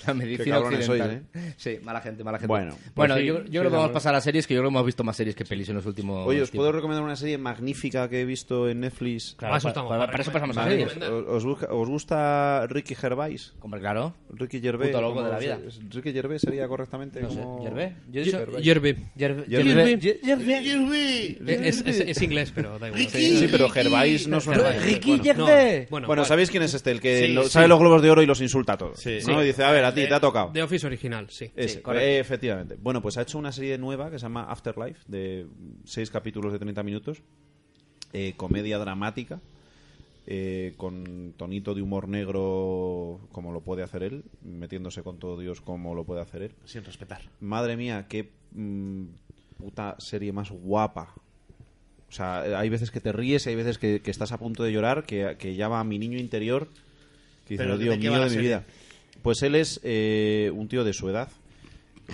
B: La medicina
E: cabrones
B: occidental. ¿eh? Sí, mala gente, mala gente.
E: Bueno, pues sí,
B: yo, yo
E: sí,
B: creo que
E: la
B: vamos a
E: verdad.
B: pasar a series que yo creo que hemos visto más series que pelis en los últimos.
E: vida. Oye, os
B: tiempos.
E: puedo recomendar una serie magnífica que he visto en Netflix.
B: Claro,
C: Para Ah, eso
B: pa-
C: estamos,
B: pa-
C: para
B: para eso pasamos a
C: recomendar.
B: series.
C: Vale.
E: ¿Os, os busca- os gusta Ricky Gervais?
B: Hombre, claro.
E: Ricky Gervais.
B: Puto loco
E: ¿cómo
B: de la
E: se-
B: vida.
E: es- Ricky Gervais sería correctamente
B: No sé,
E: como-
B: Gervais. Yo he dicho-
E: Gervais.
C: Yerbe.
B: Jer-
E: Jervey.
B: Jer- Jervey.
C: Es, es- es inglés, pero da igual.
D: Ricky.
E: Sí, pero Gervais no suena.
C: Gervais.
B: Ricky
C: Bueno,
B: Gervais.
C: no, bueno,
E: bueno,
C: vale.
E: ¿sabéis quién es este? El que
D: Sí,
E: lo-
D: sí.
E: sabe los globos de oro y los insulta a todos.
D: Sí.
E: ¿no? Y dice, a ver, a ti te ha tocado.
C: The Office original, sí.
E: Ese,
B: correcto.
E: eh, efectivamente. Bueno, pues ha hecho una serie nueva que se llama Afterlife, de seis capítulos de 30 minutos, eh, comedia dramática, eh, con tonito de humor negro como lo puede hacer él, metiéndose con todo Dios como lo puede hacer él.
D: Sin respetar.
E: Madre mía, qué mm, puta serie más guapa. O sea, eh, hay veces que te ríes, y hay veces que, que estás a punto de llorar, que, que llama a mi niño interior, que dice,
D: Pero
E: "Oh,
D: ¿de
E: Dios
D: qué
E: mío
D: va la
E: de mi
D: serie?
E: vida. Pues él es eh, un tío de su edad,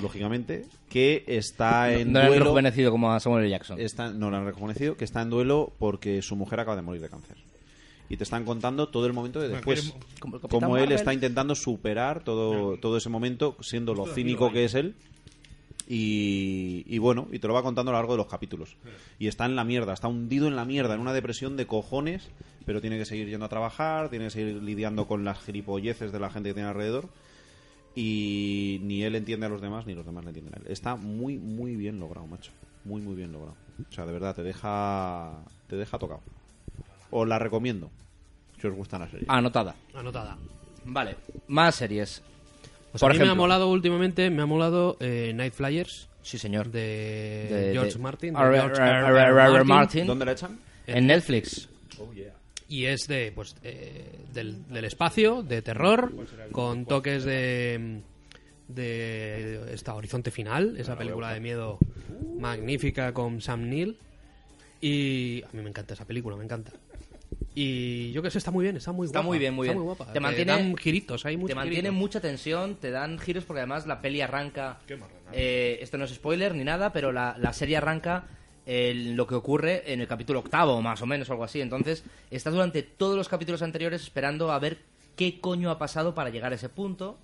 E: lógicamente, que está Ah, en
B: No lo han
E: duelo.
B: rejuvenecido como a Samuel L. Jackson.
E: está- no lo han rejuvenecido, que está en duelo porque su mujer acaba de morir de cáncer. Y te están contando todo el momento de después.
B: Como el Capitán
E: Como él
B: Marvel.
E: está intentando superar todo, todo ese momento, siendo lo cínico que es él. Y, y bueno, y te lo va contando a lo largo de los capítulos. Y está en la mierda, está hundido en la mierda, en una depresión de cojones, pero tiene que seguir yendo a trabajar, tiene que seguir lidiando con las gilipolleces de la gente que tiene alrededor. Y ni él entiende a los demás, ni los demás le entienden a él. Está muy, muy bien logrado, macho. Muy, muy bien logrado. O sea, de verdad, te deja, te deja tocado. Os la
C: Ah,
E: recomiendo, si os gustan las series.
B: Anotada.
C: Anotada.
B: Vale, más series.
C: Pues
B: Por
C: a mí me ha
B: ejemplo.
C: molado últimamente, me ha molado eh, Night Flyers
B: Sí, señor.
C: de,
B: De-
C: George
B: de-
C: Martin. de
B: R- R-
C: George
B: R-
C: R.
B: R- R- R-
C: Martin,
B: Martin.
E: ¿Dónde la echan?
B: En Netflix.
C: Y es de, pues, eh, del, del espacio, de terror, con toques de, de esta Horizonte Final, esa película de miedo magnífica con Sam Neill. Y a mí me encanta esa película, me encanta. Y yo qué sé, está muy bien, está muy
B: Está
C: guapa,
B: muy bien, muy
C: está
B: bien.
C: guapa. Eh,
B: Te mantiene-
C: dan giritos, hay muchos
B: Te mantiene
C: giritos.
B: mucha tensión, te dan giros porque además la peli arranca. eh, esto no es spoiler ni nada, pero la, la serie arranca en lo que ocurre en el capítulo octavo, más o menos, o algo así. Entonces, estás durante todos los capítulos anteriores esperando a ver qué coño ha pasado para llegar a ese punto.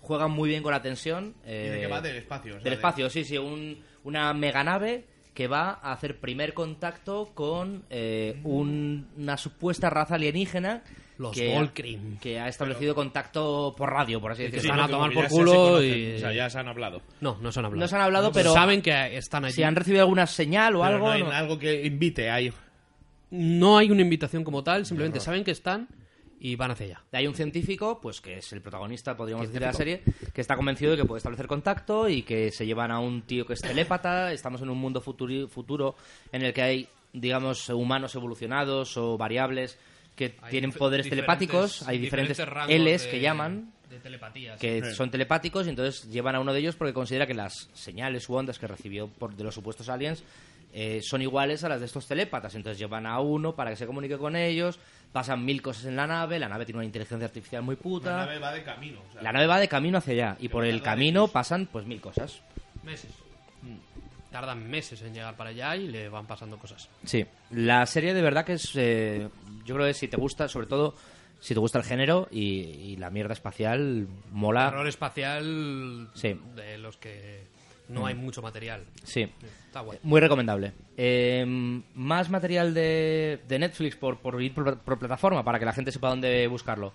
B: Juegan muy bien con la tensión.
D: ¿Y de
B: eh,
D: qué va? Del espacio. o sea,
B: del
D: de-
B: espacio, sí, sí, un- una meganave que va a hacer primer contacto con eh, un- una supuesta raza alienígena
C: Los
B: que,
C: Volkrin.
B: que ha establecido contacto por radio, por así
D: que
C: se
D: sí,
B: decirlo.
C: van a
D: porque
C: tomar
D: ya
C: por
D: se-
C: culo
D: se
C: y-
D: conocen, O sea, ya se han hablado.
C: No, no se han hablado.
B: No se han hablado, pero-
C: Saben que están allí.
B: Si han recibido alguna señal o
D: Pero
B: algo.
D: no hay
B: no.
D: algo que invite ahí.
C: No hay una invitación como tal, simplemente saben que están y van hacia allá.
B: Hay un científico, pues que es el protagonista, podríamos decir, de la serie, que está convencido de que puede establecer contacto y que se llevan a un tío que es telépata. Estamos en un mundo futuri- futuro en el que hay, digamos, humanos evolucionados o variables que tienen poderes telepáticos. Hay diferentes, Ls que llaman,
C: De telepatía.
B: que son telepáticos y entonces llevan a uno de ellos porque considera que las señales u ondas que recibió por, de los supuestos aliens eh, son iguales a las de estos telépatas. Entonces llevan a uno para que se comunique con ellos, pasan mil cosas en la nave, la nave tiene una inteligencia artificial muy puta. Ah. La nave,
D: va de camino. o sea,
B: va de camino hacia allá y por el
D: tarda
B: camino pasan pues mil cosas.
C: Meses. Tardan meses en llegar para allá y le van pasando cosas.
B: Sí, la serie de verdad que es. eh, yo creo que si te gusta, sobre todo si te gusta el género y, y la mierda espacial, mola.
C: Terror espacial
B: Ah. Sí. Mm.
C: de los que no hay mucho material.
B: Sí.
C: Está guay.
B: Muy recomendable. Eh, más material de, de Netflix por, por ir por, por plataforma para que la gente sepa dónde buscarlo.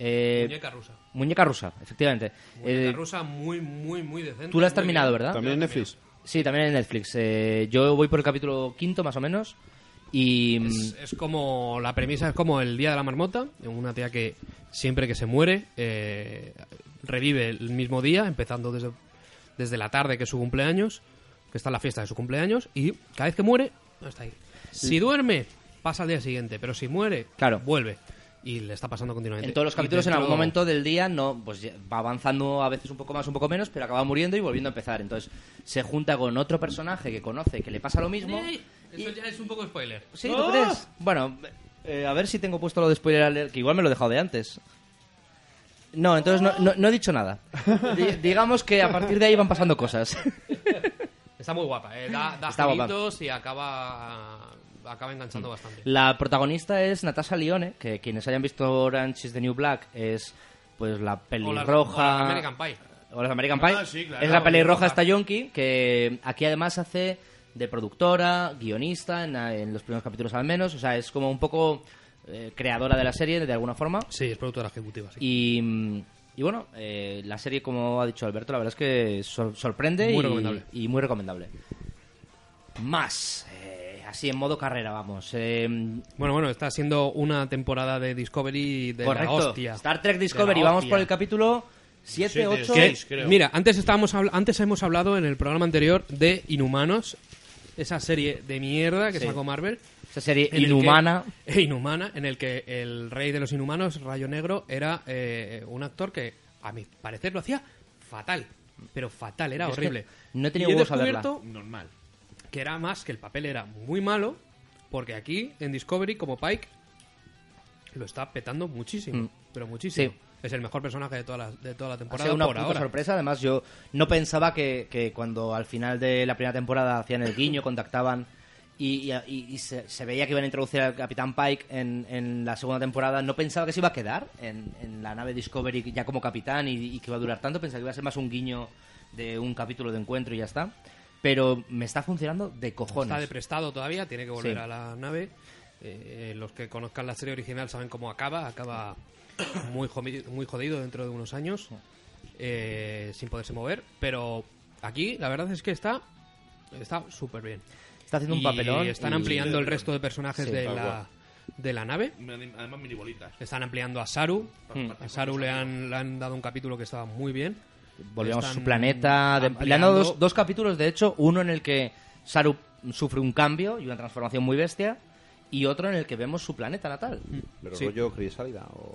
B: Eh,
C: Muñeca rusa.
B: Muñeca rusa, efectivamente.
C: Muñeca
B: Eh,
C: rusa muy, muy, muy decente.
B: Tú la has
C: muy
B: terminado,
C: bien.
B: ¿verdad?
E: También en Netflix.
B: Sí, también en Netflix. Eh, yo voy por el capítulo quinto, más o menos. Y. mm,
C: Es, eh, es como la premisa es como el día de la marmota, una tía que siempre que se muere eh, revive el mismo día, empezando desde, desde la tarde que es su cumpleaños, que está en la fiesta de su cumpleaños, y cada vez que muere, no está ahí. Si duerme, pasa al día siguiente, pero si muere,
B: Claro.
C: vuelve. Y le está pasando continuamente.
B: En todos los
C: Y
B: capítulos, en
C: dentro-
B: algún momento del día, no, pues ya- va avanzando a veces un poco más, un poco menos, pero acaba muriendo y volviendo a empezar. Entonces, se junta con otro personaje que conoce, que le pasa lo mismo.
C: ¡Ey! Eso ya es un poco spoiler.
B: ¿Sí? ¿Tú crees? Bueno, eh, a ver si tengo puesto lo de spoiler alert, que igual me lo he dejado de antes. No, entonces no, no- no he dicho nada. Di- digamos que a partir de ahí van pasando cosas.
C: Está muy guapa, eh, da, da
B: Está guapa.
C: giritos y acaba, acaba enganchando bastante.
B: La protagonista es Natasha Lyonne, que quienes hayan visto Orange is the New Black es pues la
C: O las-
B: pelirroja...
C: o las American Pie.
B: O las American Pie.
D: Ah, sí, claro.
B: es la pelirroja esta yonki que aquí además hace de productora, guionista, en, en los primeros capítulos al menos. O sea, es como un poco eh, creadora de la serie de alguna forma.
C: Sí, es productora ejecutiva, sí.
B: Y, mm, y bueno, eh, la serie, como ha dicho Alberto, la verdad es que sor- sorprende
C: Muy
B: y,
C: recomendable.
B: y muy recomendable. Más, eh, así en modo carrera, vamos. eh,
C: Bueno, bueno, está siendo una temporada de Discovery de
B: correcto,
C: la hostia.
B: Star Trek
C: De la
B: Discovery, vamos
C: hostia.
B: por el capítulo 7,
D: Siete,
B: 8.
D: ¿Qué?
C: Que,
D: creo.
C: Mira, antes, estábamos habl- antes hemos hablado en el programa anterior de Inhumanos, esa serie de mierda que
B: Sí.
C: sacó Marvel.
B: Esa serie
C: en el
B: inhumana.
C: que- e inhumana, en el que el rey de los inhumanos, Rayo Negro, era eh, un actor que, a mi parecer, lo hacía fatal. Pero fatal, era
B: Es que
C: horrible.
B: no he tenido
C: Y he
B: huevos a verla.
C: descubierto
D: Normal.
C: que era más que el papel era muy malo, porque aquí en Discovery, como Pike, lo está petando muchísimo,
B: Mm.
C: pero muchísimo.
B: Sí.
C: Es el mejor personaje de toda la, de toda la
B: Ha
C: temporada
B: sido una
C: por
B: puta
C: ahora.
B: sorpresa. Además, yo no pensaba que, que cuando al final de la primera temporada hacían el guiño, contactaban y, y- y- y se, se veía que iban a introducir al Capitán Pike en, en la segunda temporada, no pensaba que se iba a quedar en, en la nave Discovery ya como capitán y, y que iba a durar tanto. Pensaba que iba a ser más un guiño de un capítulo de encuentro y ya está. Pero me está funcionando de cojones.
C: Está de prestado todavía, tiene que volver
B: Sí.
C: a la nave. Eh, eh, los que conozcan la serie original saben cómo acaba. Acaba muy, jomi- muy jodido dentro de unos años, eh, sin poderse mover. Pero aquí la verdad es que está está súper bien.
B: Está haciendo un
C: Y
B: papelón.
C: Están
B: y-
C: ampliando el resto de personajes
B: Sí,
C: de
B: tal
C: la de la nave.
D: Me han- Además, mini bolitas.
C: Están ampliando a Saru.
D: Mm.
C: A Saru le han, le han dado un capítulo que estaba muy bien.
B: Volvemos a
C: Están
B: su planeta. de- le han
C: ampliando.
B: dado dos, dos capítulos, de hecho, uno en el que Saru sufre un cambio y una transformación muy bestia, y otro en el que vemos su planeta natal.
C: Mm.
B: Mm,
E: Pero
C: Sí.
E: rollo Crisálida o...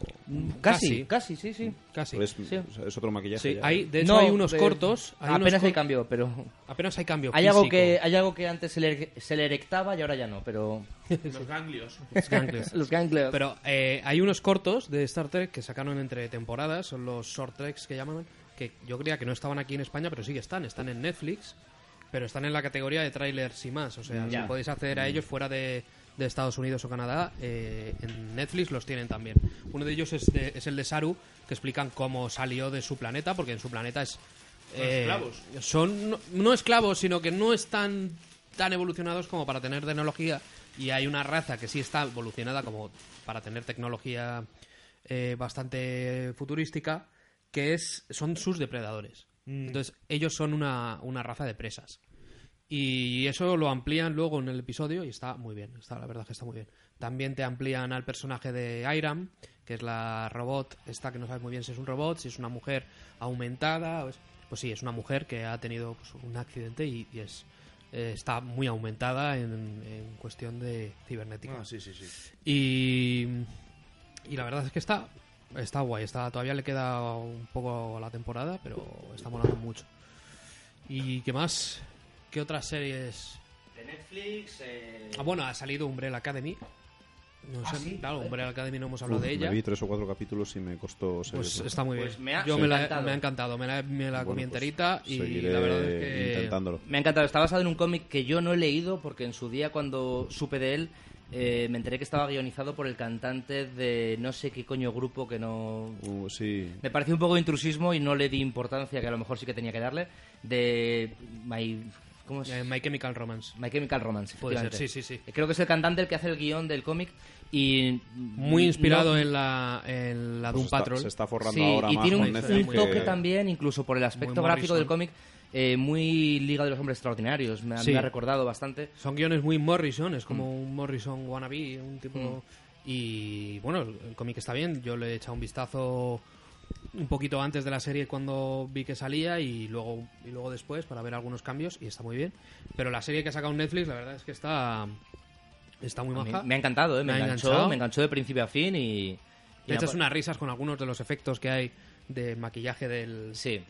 B: Casi, casi, sí, sí.
C: Casi.
E: Es,
B: Sí.
E: es otro maquillaje.
B: Sí,
E: ya.
C: Hay, de hecho,
B: No,
C: hay unos
B: de-
C: cortos. hay unos
B: apenas hay
C: cor-
B: cambio, pero.
C: apenas hay cambio.
B: Hay algo,
C: físico.
B: que, hay algo que antes se le, se le erectaba y ahora ya no, pero.
D: Los ganglios.
C: Los ganglios.
B: Los ganglios.
C: Pero eh, hay unos cortos de Star Trek que sacaron entre temporadas, son los short treks que llaman, que yo creía que no estaban aquí en España, pero sí que están, están en Netflix, pero están en la categoría de trailers y más, o sea,
B: Ya.
C: si podéis acceder a ellos fuera de, de Estados Unidos o Canadá, eh, en Netflix los tienen también. Uno de ellos es, de- es el de Saru, que explican cómo salió de su planeta, porque en su planeta es... eh,
D: esclavos.
C: Son no, no esclavos, sino que no están tan evolucionados como para tener tecnología y hay una raza que sí está evolucionada como para tener tecnología eh, bastante futurística que es son sus depredadores. Entonces ellos son una, una raza de presas. Y eso lo amplían luego en el episodio y está muy bien, está la verdad que está muy bien. También te amplían al personaje de Iram, que es la robot, esta que no sabes muy bien si es un robot, si es una mujer aumentada, o es- pues sí, es una mujer que ha tenido pues, un accidente y, y es eh, está muy aumentada en, en cuestión de cibernética.
D: Ah, sí, sí, sí.
C: Y, y la verdad es que está, está guay. Está, todavía le queda un poco a la temporada, pero está molando mucho. ¿Y qué más? ¿Qué otras series?
B: De Netflix. eh,
C: Ah, bueno, ha salido Umbrella Academy. No
B: Ah,
C: sé, claro, Umbrella Academy no hemos hablado
E: Uf,
C: de ella.
E: Me vi tres o cuatro capítulos y me costó... ser-
C: Pues está muy bien.
B: Pues me ha
C: Yo me la,
B: encantado.
C: me ha encantado, me la, me la
E: Bueno,
C: comí
E: pues
C: enterita y
E: seguiré
C: la verdad es que...
E: intentándolo.
B: Me ha encantado. Está basado en un cómic que yo no he leído porque en su día cuando supe de él eh, me enteré que estaba guionizado por el cantante de no sé qué coño grupo que no...
E: Uh, sí.
B: Me pareció un poco de intrusismo y no le di importancia, que a lo mejor sí que tenía que darle, de My... ¿Cómo es?
C: eh, My Chemical Romance.
B: My Chemical Romance.
C: Puede ser,
B: efectivamente.
C: sí, sí,
B: Creo que es el cantante el que hace el guión del cómic y...
C: Muy inspirado
B: Mm, no-
C: en la, en la
E: Pues
C: Doom
E: está-
C: Patrol.
E: Se está forrando
B: Sí,
E: ahora
B: y
E: más
B: tiene un,
E: con Netflix
B: un
E: que-
B: toque también, incluso por el aspecto gráfico
C: Morrison.
B: del cómic, eh, muy Liga de los Hombres Extraordinarios. Me, ha-
C: Sí.
B: me ha recordado bastante.
C: Son guiones muy Morrison, es como
B: Mm.
C: un Morrison wannabe, un tipo... Y bueno, el cómic está bien, yo le he echado un vistazo un poquito antes de la serie cuando vi que salía y luego, y luego después para ver algunos cambios y está muy bien. Pero la serie que ha sacado Netflix la verdad es que está, está muy
B: A mí
C: maja.
B: me ha encantado, ¿eh? me,
C: Me ha
B: enganchó,
C: enganchado.
B: me enganchó de principio a fin y... y
C: Te echas
B: apa-
C: unas risas con algunos de los efectos que hay de maquillaje del...
B: Sí.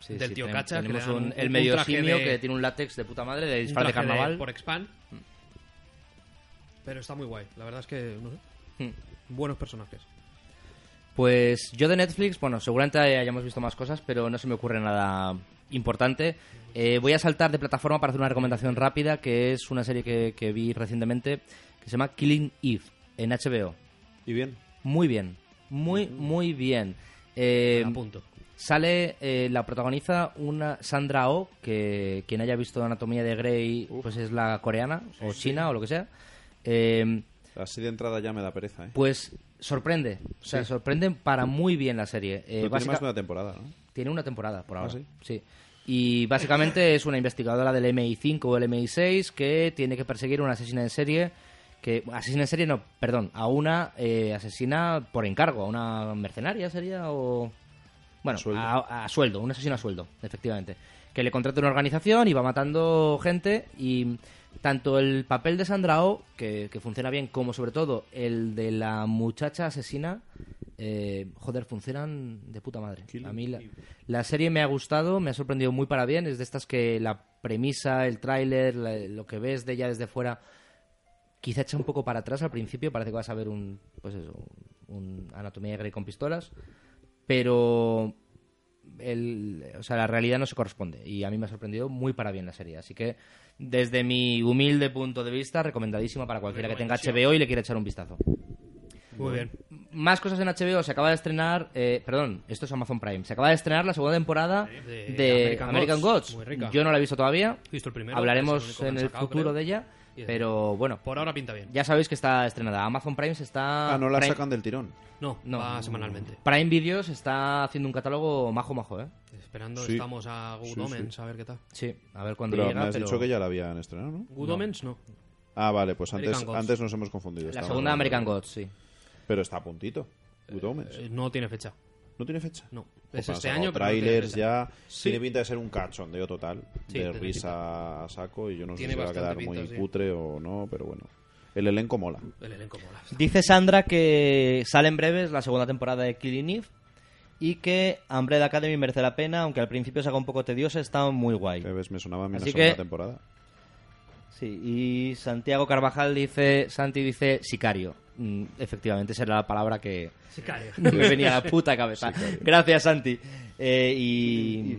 B: sí,
C: del
B: sí,
C: tío
B: tenem-
C: Cacha, que
B: tenemos
C: le dan
B: un-
C: un-
B: el
C: un
B: medio
C: traje
B: simio
C: de-
B: que tiene un látex de puta madre de
C: un
B: disfraz de
C: traje de-
B: carnaval. Mm.
C: por expand. Pero está muy guay, la verdad es que... no sé,
B: Hmm.
C: buenos personajes.
B: Pues yo de Netflix, bueno, seguramente hayamos visto más cosas, pero no se me ocurre nada importante. Eh, voy a saltar de plataforma para hacer una recomendación rápida, que es una serie que, que vi recientemente, que se llama Killing Eve, en HBO.
E: Y bien.
B: Muy bien, muy, muy bien. Eh,
C: a punto.
B: Sale, eh, la protagoniza una Sandra Oh, que quien haya visto Anatomía de Grey, pues es la coreana, o china, o lo que sea. Eh,
E: Así de entrada ya me da pereza, ¿eh?
B: pues sorprende, o sea, sorprende para muy bien la serie. Eh,
E: Pero tiene
B: básica-
E: más de una temporada, ¿no?
B: tiene una temporada por ahora.
E: sí?
B: Y básicamente es una investigadora del MI5 o el MI6 que tiene que perseguir a una asesina en serie. que Asesina en serie, no, perdón, a una eh, asesina por encargo, a una mercenaria sería o. Bueno, a
E: sueldo.
B: a- a sueldo, un asesino a sueldo, efectivamente. Que le contrata una organización y va matando gente y tanto el papel de Sandra Oh, que, que funciona bien, como sobre todo el de la muchacha asesina, eh, joder, funcionan de puta madre. A mí la, la serie me ha gustado, me ha sorprendido muy para bien. Es de estas que la premisa, el tráiler, la- lo que ves de ella desde fuera quizá echa un poco para atrás al principio, parece que vas a ver un, pues eso, un anatomía de Grey con pistolas, pero el, o sea, la realidad no se corresponde y a mí me ha sorprendido muy para bien la serie, así que desde mi humilde punto de vista, recomendadísima para cualquiera que tenga HBO y le quiera echar un vistazo.
C: Muy bien.
B: Más cosas en HBO, se acaba de estrenar, eh, perdón, esto es Amazon Prime, se acaba de estrenar la segunda temporada
C: De
B: de,
C: American
B: American,
C: Gods,
B: Gods.
C: muy rica.
B: Yo no la he visto todavía,
C: He visto el primero,
B: hablaremos
C: es el único que
B: en
C: han
B: el
C: sacado,
B: futuro
C: creo.
B: de ella,
C: Y es-
B: pero bueno,
C: Por ahora pinta bien.
B: ya sabéis que está estrenada. Amazon Prime se está.
E: Ah, no la
B: Prime-
E: sacan del tirón.
C: No,
B: No.
C: va semanalmente.
B: Prime Video se está haciendo un catálogo majo majo, ¿eh?
C: Esperando,
E: Sí.
C: estamos a Good
E: Sí,
C: Omens, a ver qué tal.
B: Sí, a ver cuándo
E: Pero
B: llega.
E: me has
B: pero-
E: dicho que ya la habían estrenado, ¿no?
C: Good Omens no.
E: Ah, vale, pues antes,
C: Mm. American Gods.
E: antes nos hemos confundido.
G: La
E: Estamos
G: segunda
E: hablando de-
G: American Gods, sí.
E: Pero está a puntito. Good Omens.
C: Eh, No tiene fecha.
E: ¿No tiene fecha?
C: No.
E: Opa,
C: Es
E: han
C: este
E: sacado
C: año, pero no tiene
E: trailers
C: fecha.
E: ya.
C: Sí.
E: Tiene pinta de ser un cachondeo total.
C: Sí,
E: de
C: tiene
E: risa a saco. Y yo no sé
C: Tiene
E: si va a
C: bastante
E: quedar
C: pinta,
E: muy
C: sí.
E: putre o no, pero bueno. El elenco mola.
C: El elenco mola.
B: Dice Sandra que sale en breves la segunda temporada de Killing Eve y que Umbrella Academy merece la pena, aunque al principio se haga un poco tediosa, está muy guay.
E: Que ves, me sonaba a mí una
B: Así
E: segunda
B: que-
E: temporada.
B: Sí, y Santiago Carvajal dice, Santi dice sicario. Mm, efectivamente, esa era la palabra que me venía a la puta cabeza. Gracias, Santi. Eh, y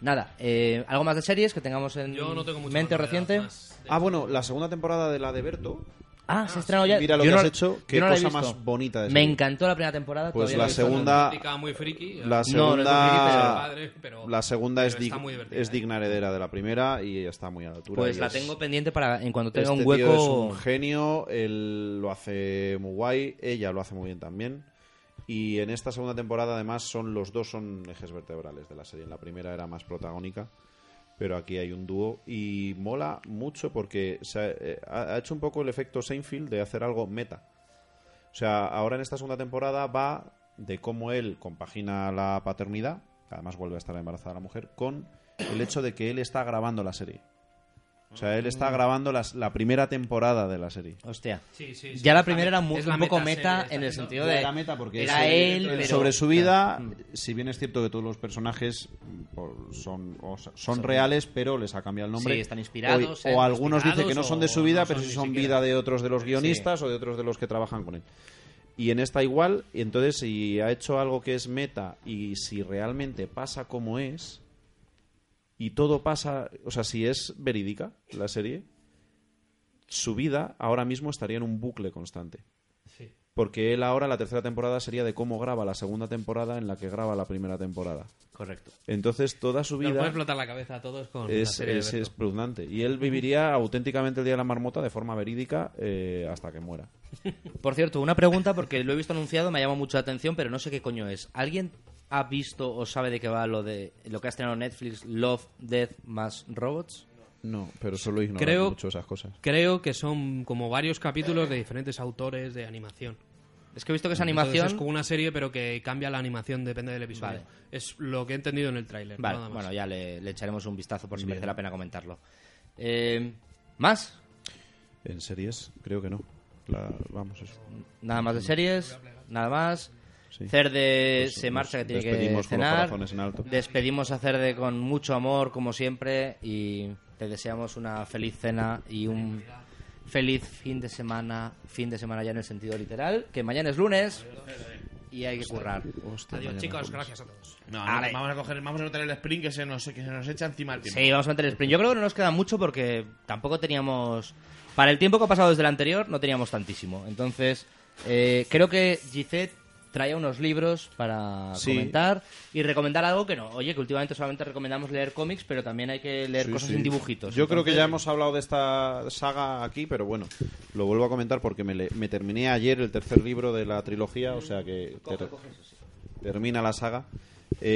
B: nada, eh, ¿algo más de series que tengamos en
C: Yo no tengo mucho
B: mente o
C: más
B: reciente?
C: novedades, más.
E: Ah, bueno, la segunda temporada de la de Berto.
B: Ah, se ha estrenado ya.
E: Mira lo
B: Yo
E: que
B: no-
E: has hecho,
B: yo
E: qué
B: no la he
E: cosa
B: visto.
E: más bonita de
B: Me
E: serie.
B: encantó la primera temporada.
E: Pues
B: todavía
E: la
B: no he visto
E: segunda-
C: Una crítica muy friki.
E: La
C: eh,
B: No, no es muy friki, pero
E: segunda,
C: es padre, pero-
E: la segunda es,
C: pero está
E: dig-
C: muy divertida,
E: es
C: eh.
E: digna heredera de la primera y está muy a la altura.
B: Pues
E: y
B: la
E: es-
B: tengo pendiente para en cuanto tenga
E: este
B: un
E: tío es
B: hueco.
E: un genio, él lo hace muy guay, ella lo hace muy bien también. Y en esta segunda temporada, además, son los dos son ejes vertebrales de la serie. En la primera era más protagónica, pero aquí hay un dúo y mola mucho porque se ha, eh, ha- ha hecho un poco el efecto Seinfeld de hacer algo meta. O sea, ahora en esta segunda temporada va de cómo él compagina la paternidad, que además vuelve a estar embarazada la mujer, con el hecho de que él está grabando la serie. O sea, él está grabando las- la primera temporada de la serie.
B: Hostia.
C: Sí, sí, sí,
B: Ya la
C: es
B: primera era
C: me-
B: muy-
C: es
B: un
C: la
B: poco
C: metaserie,
B: meta
C: está
B: en el
C: haciendo-
B: sentido de.
E: Era meta porque
B: era
E: es-
B: él,
E: el
B: pero-
E: sobre su vida, eh, si bien es cierto que todos los personajes mm, por- son, o sea, son reales, pero les ha cambiado el nombre.
B: Sí, están inspirados,
E: O,
B: eh,
E: o algunos dicen que no
C: inspirados
E: son de
C: o
E: su vida,
C: no
E: pero
C: son
E: sí
C: ni
E: son
C: siquiera.
E: vida de otros de los guionistas o de otros de los que trabajan con él. Y en esta igual, y entonces si ha hecho algo que es meta y si realmente pasa como es, y todo pasa, o sea, si es verídica la serie, su vida ahora mismo estaría en un bucle constante.
C: Sí.
E: Porque él ahora, la tercera temporada sería de cómo graba la segunda temporada en la que graba la primera temporada.
B: Correcto.
E: Entonces, toda su
C: Nos puede
E: vida
C: explotar la cabeza a todos con la
E: es,
C: serie de
E: es
C: Berto.
E: espeluznante. Y él viviría auténticamente el día de la marmota de forma verídica eh, hasta que muera.
B: Por cierto, una pregunta porque lo he visto anunciado, me ha llamado mucho la atención, pero no sé qué coño es. ¿Alguien ha visto o sabe de qué va lo de lo que ha estrenado Netflix, Love, Death más Robots?
E: No, pero solo ignoran
C: Creo-
E: mucho esas cosas.
C: Creo que son como varios capítulos de diferentes autores de animación.
B: Es que he visto que es
C: Entonces
B: animación.
C: es como una serie, pero que cambia la animación, depende del episodio.
B: Vale.
C: Es lo que he entendido en el tráiler. nada
B: Vale,
C: más.
B: bueno, ya le, le echaremos un vistazo por si merece la pena comentarlo. Eh, ¿Más?
E: En series, creo que no. La- vamos, eso.
B: Nada más de series, nada más.
E: Mm. Sí.
B: Cerde
E: Pues
B: se
E: nos
B: marcha que tiene que
E: despedimos con los
B: cenar.
E: corazones en alto.
B: Despedimos a Cerde con mucho amor, como siempre, y te deseamos una feliz cena y un feliz fin de semana, fin de semana ya en el sentido literal, que mañana es lunes y hay que currar.
E: Hostia,
C: Adiós,
E: mañana
C: chicos.
E: jueves.
C: Gracias a todos.
D: No, no,
B: Ale.
D: vamos a coger, vamos a meter el sprint que se nos, que se nos echa encima el tiempo.
B: Sí, vamos a meter el sprint. Yo creo que no nos queda mucho porque tampoco teníamos... Para el tiempo que ha pasado desde el anterior, no teníamos tantísimo. Entonces, eh, creo que Gizet traía unos libros para
E: Sí.
B: comentar y recomendar algo que no. Oye, que últimamente solamente recomendamos leer cómics, pero también hay que leer
E: Sí,
B: cosas
E: sí.
B: en dibujitos.
E: Yo creo que ya
B: Entonces,
E: hemos hablado de esta saga aquí, pero bueno, lo vuelvo a comentar porque me, le- me terminé ayer el tercer libro de la trilogía, o sea que ter- termina la saga.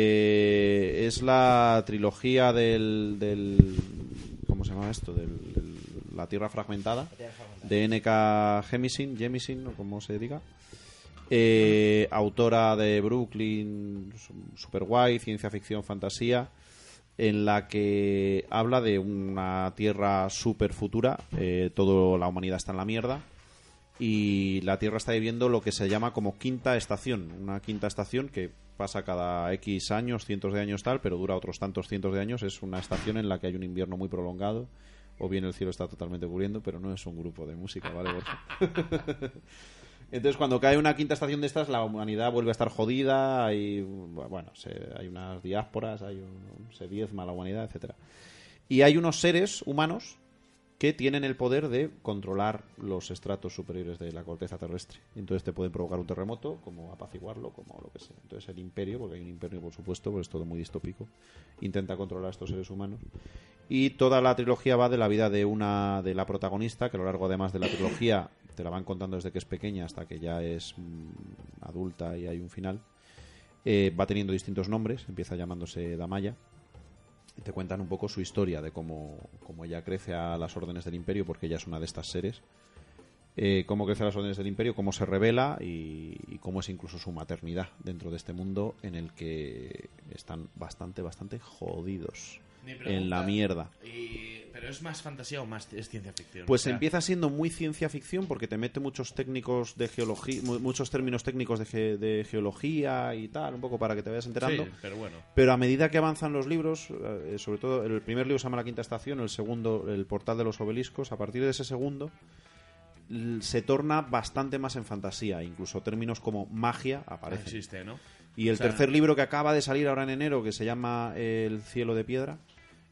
E: Eh, es la trilogía del, del- ¿Cómo se llama esto? Del, del- la Tierra Fragmentada, de N.K. Jemisin, Jemisin, o como se diga. Eh, autora de Brooklyn, su- Superguay, ciencia ficción, fantasía en la que habla de una tierra super futura, toda la humanidad está en la mierda y la Tierra está viviendo lo que se llama como quinta estación, una quinta estación que pasa cada X años, cientos de años tal, pero dura otros tantos cientos de años, es una estación en la que hay un invierno muy prolongado o bien el cielo está totalmente cubriendo, pero no es un grupo de música, ¿vale? Borja? Entonces, cuando cae una quinta estación de estas, la humanidad vuelve a estar jodida, hay, bueno, se- hay unas diásporas, hay un- se diezma la humanidad, etcétera. Y hay unos seres humanos que tienen el poder de controlar los estratos superiores de la corteza terrestre. Entonces te pueden provocar un terremoto, como apaciguarlo, como lo que sea. Entonces el imperio, porque hay un imperio por supuesto, pues es todo muy distópico, intenta controlar a estos seres humanos. Y toda la trilogía va de la vida de una de la protagonista, que a lo largo además de la trilogía te la van contando desde que es pequeña hasta que ya es mm, adulta y hay un final. Eh, va teniendo distintos nombres, empieza llamándose Damaya te cuentan un poco su historia de cómo, cómo ella crece a las órdenes del imperio, porque ella es una de estas seres. Eh, cómo crece a las órdenes del imperio, cómo se revela y, y cómo es incluso su maternidad dentro de este mundo en el que están bastante, bastante jodidos.
D: Mi pregunta-
E: En la mierda.
D: Y- ¿Pero es más fantasía o más es ciencia ficción?
E: Pues
D: O sea,
E: empieza siendo muy ciencia ficción porque te mete muchos técnicos de geología, muchos términos técnicos de, ge- de geología y tal, un poco para que te vayas enterando.
D: Sí, pero bueno.
E: Pero a medida que avanzan los libros, eh, sobre todo el primer libro se llama La Quinta Estación, el segundo, El Portal de los Obeliscos, a partir de ese segundo l- se torna bastante más en fantasía, incluso términos como magia
D: no
E: aparecen.
D: existe, ¿no?
E: Y el
D: O sea,
E: tercer libro que acaba de salir ahora en enero, que se llama eh, El cielo de piedra,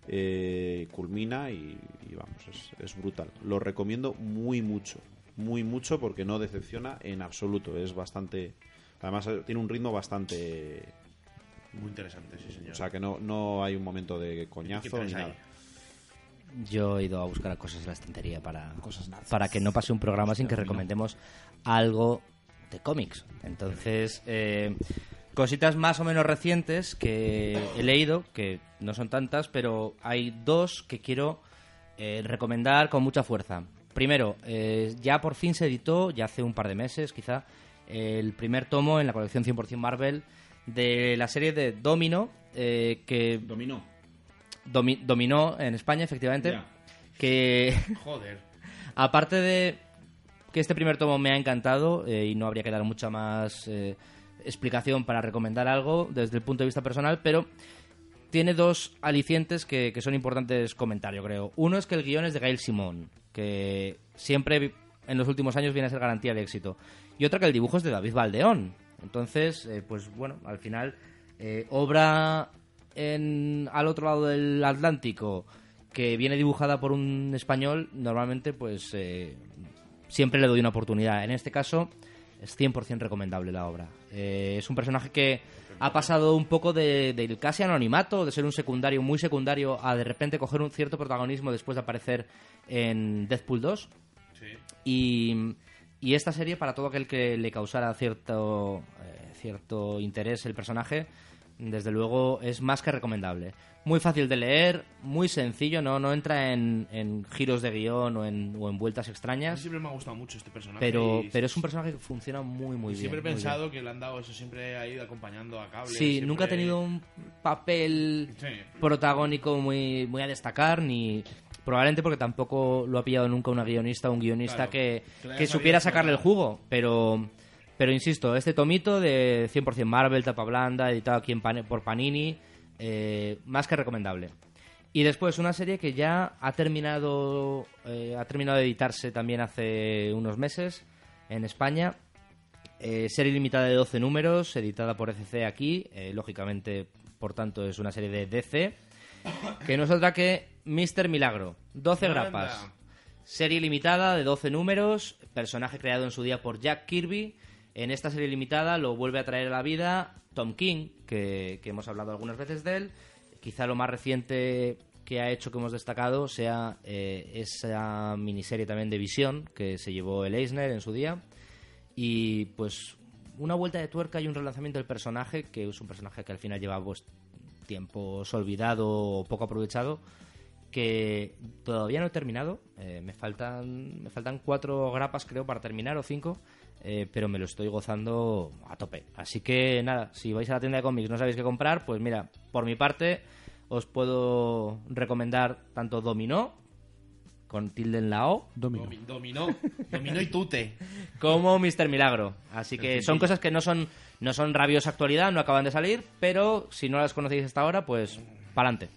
E: eh, culmina y, y vamos, es, es brutal. Lo recomiendo muy mucho, muy mucho porque no decepciona en absoluto. Es bastante... Además eh, tiene un ritmo bastante...
D: Muy interesante, sí, señor.
E: O sea que no, no hay un momento de
D: ¿Qué
E: coñazo
D: traes
E: ni
D: ahí?
E: nada.
B: Yo he ido a buscar cosas en la estantería para, para que no pase un programa sin que recomendemos algo de cómics. Entonces, eh, cositas más o menos recientes que he leído, que no son tantas, pero hay dos que quiero eh, recomendar con mucha fuerza. Primero, eh, ya por fin se editó, ya hace un par de meses quizá, el primer tomo en la colección 100% Marvel de la serie de Domino, eh, que
E: Dominó.
B: domi- dominó en España, efectivamente.
E: Ya.
B: Que
D: Joder.
B: aparte de que este primer tomo me ha encantado eh, y no habría que dar mucha más eh, explicación para recomendar algo desde el punto de vista personal, pero tiene dos alicientes que, que son importantes comentar, yo creo. Uno es que el guión es de Gail Simón, que siempre vi- en los últimos años viene a ser garantía de éxito. Y otra que el dibujo es de David Valdeón. Entonces, eh, pues bueno, al final, eh, obra en, al otro lado del Atlántico que viene dibujada por un español, normalmente pues eh, siempre le doy una oportunidad. En este caso es 100% recomendable la obra. Eh, es un personaje que ha pasado un poco de- del casi anonimato, de ser un secundario muy secundario, a de repente coger un cierto protagonismo después de aparecer en Deadpool 2. Y, y esta serie, para todo aquel que le causara cierto, eh, cierto interés el personaje, desde luego es más que recomendable. Muy fácil de leer, muy sencillo, no, no entra en, en giros de guión o en, o en vueltas
D: A mí
B: extrañas,
D: siempre me ha gustado mucho este personaje.
B: pero,
D: y-
B: pero es un personaje que funciona muy, muy bien.
D: Siempre he
B: muy bien.
D: pensado que le han dado eso, siempre ha ido acompañando a cable.
B: Sí, nunca ha tenido un papel
D: Sí.
B: protagónico muy, muy a destacar, ni probablemente porque tampoco lo ha pillado nunca una guionista o un guionista
D: Claro,
B: que,
D: que le haya
B: que
D: sabido
B: supiera
D: explotar.
B: sacarle el jugo. Pero, pero insisto, este tomito de 100% Marvel, tapa blanda, editado aquí en Pan- por Panini, eh, más que recomendable. Y después una serie que ya ha terminado, eh, ha terminado de editarse también hace unos meses en España, eh, serie limitada de 12 números, editada por ECC aquí. eh, lógicamente, por tanto, es una serie de DC. Que no es otra que Mr. Milagro. 12
D: Anda.
B: grapas. Serie limitada de 12 números. Personaje creado en su día por Jack Kirby. En esta serie limitada lo vuelve a traer a la vida Tom King, que, que hemos hablado algunas veces de él. Quizá lo más reciente que ha hecho que hemos destacado sea eh, esa miniserie también de Visión que se llevó el Eisner en su día y pues una vuelta de tuerca y un relanzamiento del personaje, que es un personaje que al final lleva pues, tiempos olvidado o poco aprovechado, que todavía no he terminado, eh, me, faltan, me faltan cuatro grapas creo para terminar o cinco, eh, pero me lo estoy gozando a tope. Así que nada, si vais a la tienda de cómics y no sabéis qué comprar, pues mira, por mi parte os puedo recomendar tanto Dominó, con tilde en la O,
E: Dominó.
D: Domi- Dominó. Dominó y tute.
B: como Mr. Milagro. Así que son cosas que no son, no son rabiosa actualidad, no acaban de salir, pero si no las conocéis hasta ahora, pues pa'lante.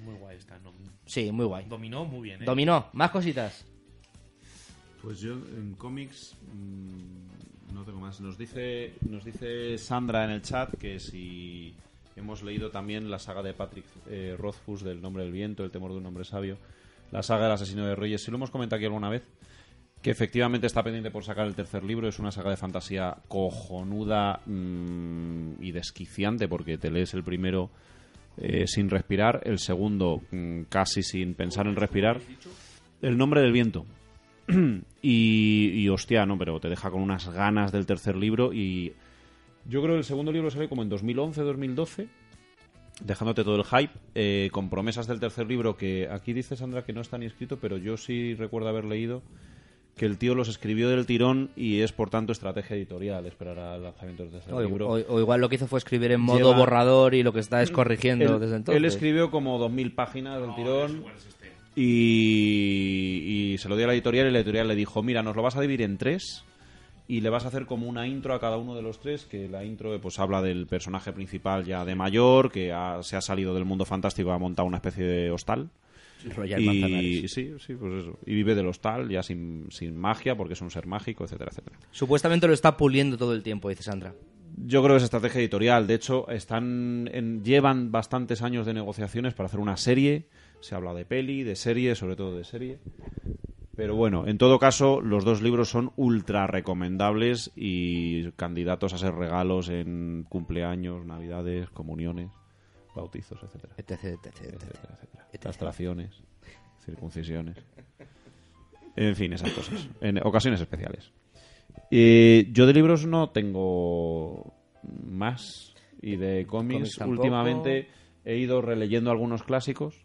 D: Muy guay esta. ¿no?
B: Sí, muy guay.
D: Dominó muy bien, ¿eh?
B: Dominó, más cositas.
F: Pues yo en cómics mm, no tengo más.
E: Nos dice, nos dice Sandra en el chat que si hemos leído también la saga de Patrick eh, Rothfuss del nombre del viento, el temor de un hombre sabio, la saga del asesino de reyes, si lo hemos comentado aquí alguna vez, que efectivamente está pendiente por sacar el tercer libro, es una saga de fantasía cojonuda mm, y desquiciante porque te lees el primero eh, sin respirar, el segundo mm, casi sin pensar en respirar, el nombre del viento. Y, y, hostia, no, pero te deja con unas ganas del tercer libro y yo creo que el segundo libro sale como en 2011, 2012 dejándote todo el hype, eh, con promesas del tercer libro que aquí dice Sandra que no está ni escrito, pero yo sí recuerdo haber leído que el tío los escribió del tirón y es por tanto estrategia editorial esperar al lanzamiento del tercer
B: O,
E: libro.
B: o- o igual lo que hizo fue escribir en modo
E: Lleva-
B: borrador y lo que está es corrigiendo
E: él,
B: desde entonces.
E: él escribió como 2.000 páginas del tirón
F: ¿Cuál es este?
E: y, y se lo dio a la editorial y la editorial le dijo, mira, nos lo vas a dividir en tres y le vas a hacer como una intro a cada uno de los tres, que la intro eh, pues habla del personaje principal ya de mayor, que ha- se ha salido del mundo fantástico, ha montado una especie de hostal.
B: Royal
E: y
B: Manzanares.
E: sí, sí, pues eso. Y vive del hostal ya sin, sin magia, porque es un ser mágico, etcétera, etcétera.
B: Supuestamente lo está puliendo todo el tiempo, dice Sandra.
E: Yo creo que es estrategia editorial. De hecho, están en- llevan bastantes años de negociaciones para hacer una serie. Se habla de peli, de serie, sobre todo de serie. Pero bueno, en todo caso, los dos libros son ultra recomendables y candidatos a ser regalos en cumpleaños, navidades, comuniones, bautizos, etcétera,
B: Etc, etc, etc.
E: etcétera, etcétera. Castraciones, circuncisiones. En fin, esas cosas. En ocasiones especiales. Eh, yo de libros no tengo más. Y de
B: Cómics
E: cómics,
B: tampoco.
E: últimamente he ido releyendo algunos clásicos.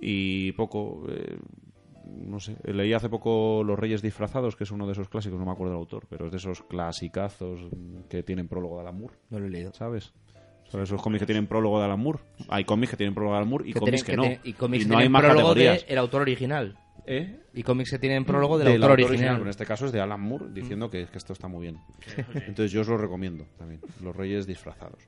E: Y poco. eh, no sé. Leí hace poco Los Reyes Disfrazados, que es uno de esos clásicos, no me acuerdo el autor, pero es de esos clasicazos mm, que tienen prólogo de Alan Moore,
B: No lo he leído.
E: ¿sabes? Son esos cómics que tienen prólogo de Alan Moore. Hay cómics que tienen prólogo de Alan Moore y
B: Que tienen-
E: cómics que no.
B: tienen- y cómics
E: Y
B: que
E: no hay
B: tienen
E: más
B: prólogo
E: categorías.
B: del autor original.
E: ¿Eh?
B: Y cómics que tienen prólogo del,
E: del
B: autor,
E: autor
B: original.
E: pero en este caso es de Alan Moore diciendo que, que esto está muy bien. Entonces yo os lo recomiendo también. Los Reyes disfrazados.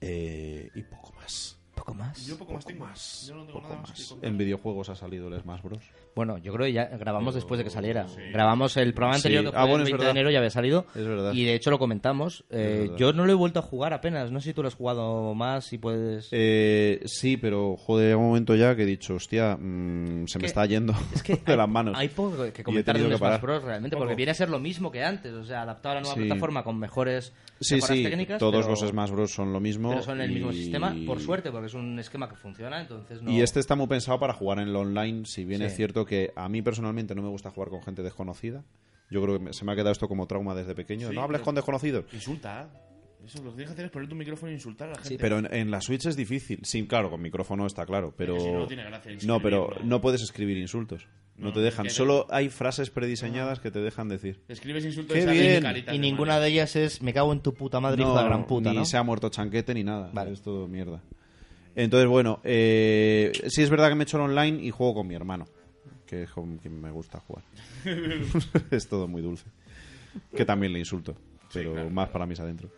E: Eh, y poco más.
B: Poco más.
D: Yo poco más tengo. Yo no tengo nada más. que contar.
E: En videojuegos ha salido el Smash Bros.
B: Bueno, yo creo que ya grabamos después de que saliera. Grabamos el programa
E: Sí.
B: anterior que fue
E: Ah, bueno,
B: el
E: es
B: 20 de
E: verdad.
B: enero, ya había salido.
E: Es verdad.
B: Y de hecho lo comentamos. Eh,
E: Es verdad.
B: yo no lo he vuelto a jugar apenas. No sé si tú lo has jugado más, si puedes...
E: Eh, sí, pero joder, llega un momento ya que he dicho, hostia, mm, se me
B: que-
E: está yendo
B: Es que
E: de las manos.
B: Hay poco
E: Y
B: eh, que
E: he
B: comentar de
E: tenido
B: un
E: que
B: Smash
E: parar.
B: Bros. realmente, porque viene a ser lo mismo que antes, o sea, adaptado a la nueva
E: Sí.
B: plataforma con mejores
E: Sí,
B: mejoras
E: sí,
B: técnicas.
E: todos
B: pero-
E: los Smash Bros son lo mismo.
B: pero son el mismo
E: y-
B: sistema, por suerte, porque es un esquema que funciona, entonces no.
E: Y este está muy pensado para jugar en lo online, si bien
B: Sí.
E: es cierto que a mí personalmente no me gusta jugar con gente desconocida. Yo creo que me- se me ha quedado esto como trauma desde pequeño.
D: Sí,
E: no hables
D: pero-
E: con desconocidos.
D: Insulta. ¿eh? Eso lo que tienes que hacer es poner tu micrófono e insultar a la gente.
E: Pero en, en la Switch es difícil. Sí, claro, con micrófono está claro, pero...
D: Es que si no, no tiene gracia
E: No, pero
D: escribirlo.
E: no puedes escribir insultos. No,
D: No,
E: te dejan.
D: que-
E: Solo hay frases prediseñadas que te dejan decir.
D: Escribes insultos
E: ¡Qué
D: y salen
E: bien!
D: caritas
B: y
D: de
B: ninguna
D: madre.
B: de ellas es me cago en tu puta madre, hijo
E: no,
B: de la gran puta,
E: ni
B: ¿no?
E: se ha muerto chanquete ni nada.
B: Vale.
E: Es todo mierda. Entonces, bueno, eh, sí es verdad que me he hecho el online y juego con mi hermano, que es con quien me gusta jugar. es todo muy dulce. Que también le insulto, pero más para mis adentro.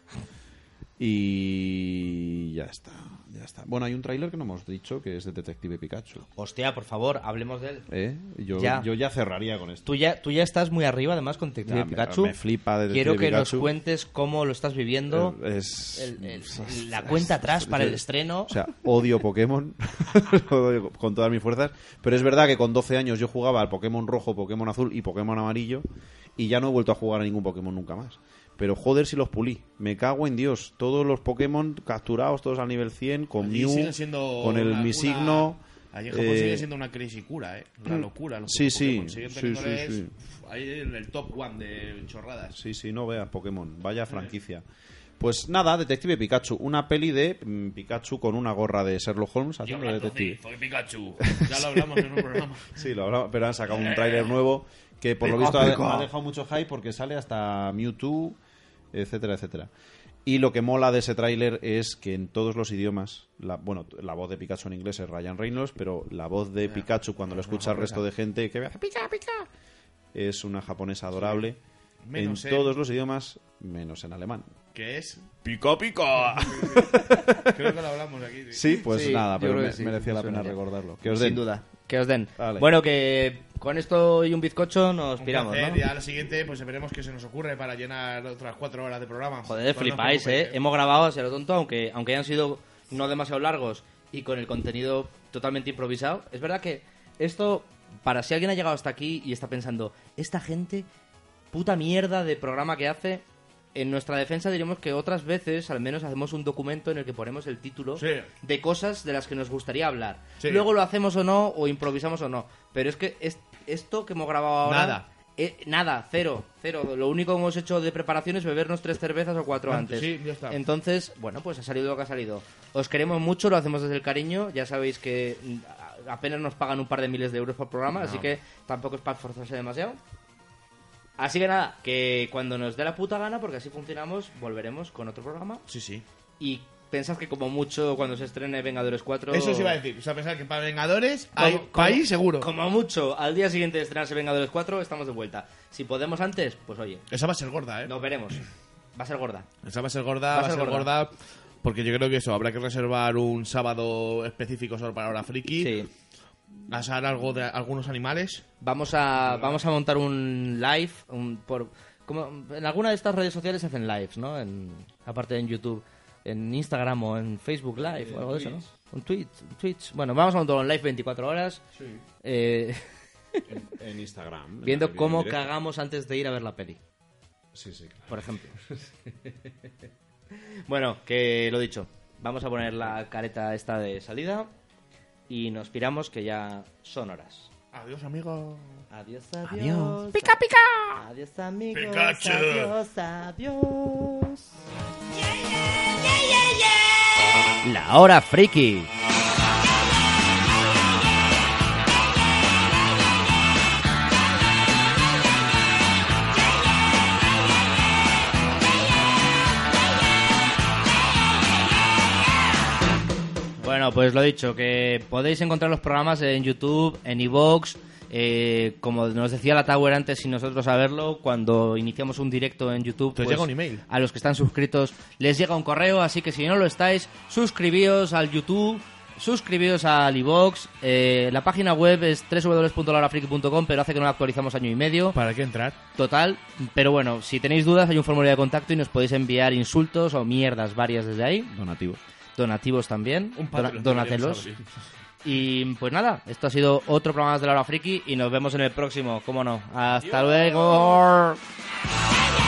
E: Y ya está, ya está. Bueno, hay un tráiler que no hemos dicho, que es de Detective Pikachu.
B: Hostia, por favor, hablemos de él.
E: ¿eh? Yo,
B: Ya.
E: yo ya cerraría con esto.
B: Tú ya, tú ya estás muy arriba, además, con Detective
E: Ya, me-
B: Pikachu.
E: me flipa Detective
B: Quiero que
E: Pikachu.
B: nos cuentes cómo lo estás viviendo.
E: Eh, es-
B: el- el- la cuenta atrás para el estreno.
E: O sea, odio Pokémon Lo odio con todas mis fuerzas. Pero es verdad que con 12 años yo jugaba al Pokémon rojo, Pokémon azul y Pokémon amarillo. Y ya no he vuelto a jugar a ningún Pokémon nunca más. Pero joder si los pulí. Me cago en Dios. Todos los Pokémon capturados, todos al nivel 100, con
D: Allí
E: Mew,
D: sigue siendo
E: con el
D: una-
E: mi
D: una-
E: signo.
D: Allí en Japón
E: eh, mm,
D: sigue siendo una crisis cura, ¿eh? La locura. Los
E: sí, sí,
D: Pokémon siguen
E: sí,
D: teniéndoles,
E: sí, sí.
D: uf, Ahí en el top one de chorradas.
E: Sí, sí, no veas Pokémon. Vaya franquicia. Pues nada, Detective Pikachu. Una peli de mm, Pikachu con una gorra de Sherlock Holmes
D: Yo
E: haciendo de
D: hablando,
E: detective.
D: sí, soy Pikachu. Ya lo hablamos en un programa.
E: Sí, lo hablamos, pero han sacado un tráiler nuevo que por lo visto ha, ha dejado mucho hype porque sale hasta Mewtwo, etcétera, etcétera. Y lo que mola de ese tráiler es que en todos los idiomas, la, bueno, la voz de Pikachu en inglés es Ryan Reynolds, pero la voz de Pikachu cuando lo escucha el resto de gente que me hace pica, pica, es una japonesa adorable.
D: Menos
E: en
D: en-
E: todos los idiomas, menos en alemán.
D: Que es.
E: ¡Pico, pico!
D: Creo que lo hablamos aquí. sí.
E: Sí, pues
B: Sí,
E: nada,
B: yo
E: pero
B: creo
E: me-
B: que sí,
E: merecía
B: me
E: la
B: suena.
E: pena recordarlo. Que os
B: Sin
E: den.
B: duda. Que os den.
E: Vale.
B: Bueno, que con esto y un bizcocho nos
D: Un
B: piramos,
D: placer,
B: ¿no?
D: Y a la siguiente, pues veremos qué se nos ocurre para llenar otras cuatro horas de programa.
B: Joder,
D: Pues no os
B: flipáis, ¿eh?
D: preocupéis,
B: Hemos grabado hacia lo tonto, aunque, aunque hayan sido no demasiado largos y con el contenido totalmente improvisado. Es verdad que esto, para si alguien ha llegado hasta aquí y está pensando, esta gente, puta mierda de programa que hace, en nuestra defensa diremos que otras veces al menos hacemos un documento en el que ponemos el título
D: Sí.
B: de cosas de las que nos gustaría hablar.
D: Sí.
B: Luego lo hacemos o no, o improvisamos o no. Pero es que es- esto que hemos grabado ahora...
D: Nada.
B: eh, nada, cero, cero. Lo único que hemos hecho de preparación es bebernos tres cervezas o cuatro antes.
D: Antes, Ah, sí, ya está.
B: Entonces, bueno, pues ha salido lo que ha salido. Os queremos mucho, lo hacemos desde el cariño. Ya sabéis que mm, a- apenas nos pagan un par de miles de euros por programa, así que tampoco es para esforzarse demasiado. Así que nada, que cuando nos dé la puta gana, porque así funcionamos, volveremos con otro programa.
D: Sí, sí.
B: Y pensad que como mucho cuando se estrene Vengadores 4...
D: Eso os iba a decir. O sea, pensar que para Vengadores
B: Como-
D: hay
B: como-
D: país seguro.
B: Como mucho, al día siguiente de estrenarse Vengadores 4 estamos de vuelta. Si podemos antes, pues oye,
D: Esa va a ser gorda, ¿eh?
B: nos veremos. Va a ser gorda.
D: Esa va a ser gorda, va, a ser gorda. Porque yo creo que eso, habrá que reservar un sábado específico solo para hora friki.
B: Sí.
D: Asar algo de algunos animales.
B: Vamos a, vamos a montar un live. Un, por, como, en alguna de estas redes sociales hacen lives, ¿no? En, aparte de en YouTube, en Instagram o en Facebook Live o algo de eso, ¿no? Un tweet, un Twitch. Bueno, vamos a montar un live 24 horas. eh,
E: En, en Instagram. en la
B: viendo
E: video
B: cómo
E: en directo.
B: cagamos antes de ir a ver la peli.
E: Sí, sí, claro.
B: por ejemplo. bueno, que lo dicho, vamos a poner la careta esta de salida y nos piramos que ya son horas.
D: Adiós, amigo.
B: Adiós, adiós. Pica, pica. Adiós, amigos.
D: Pikachu.
B: Adiós, adiós.
H: yeah, yeah, yeah.
B: La hora friki. Bueno, pues lo dicho, que podéis encontrar los programas en YouTube, en iVoox, eh, como nos decía la Tower antes, sin nosotros saberlo, cuando iniciamos un directo en YouTube,
D: Te
B: pues,
D: llega un email.
B: a los que están suscritos les llega un correo, así que si no lo estáis, suscribíos al YouTube, suscribíos al iVoox, eh, la página web es www.laurafriki.com, pero hace que no la actualizamos año y medio.
D: ¿Para qué entrar?
B: Total, pero bueno, si tenéis dudas hay un formulario de contacto y nos podéis enviar insultos o mierdas varias desde ahí,
E: Donativo.
B: donativos también,
D: Un
B: dona-
D: Patreon,
B: donatelos.
D: deberíamos
B: Y pues nada, esto ha sido otro programa más de la hora friki y nos vemos en el próximo, cómo no. Hasta luego.
H: yeah,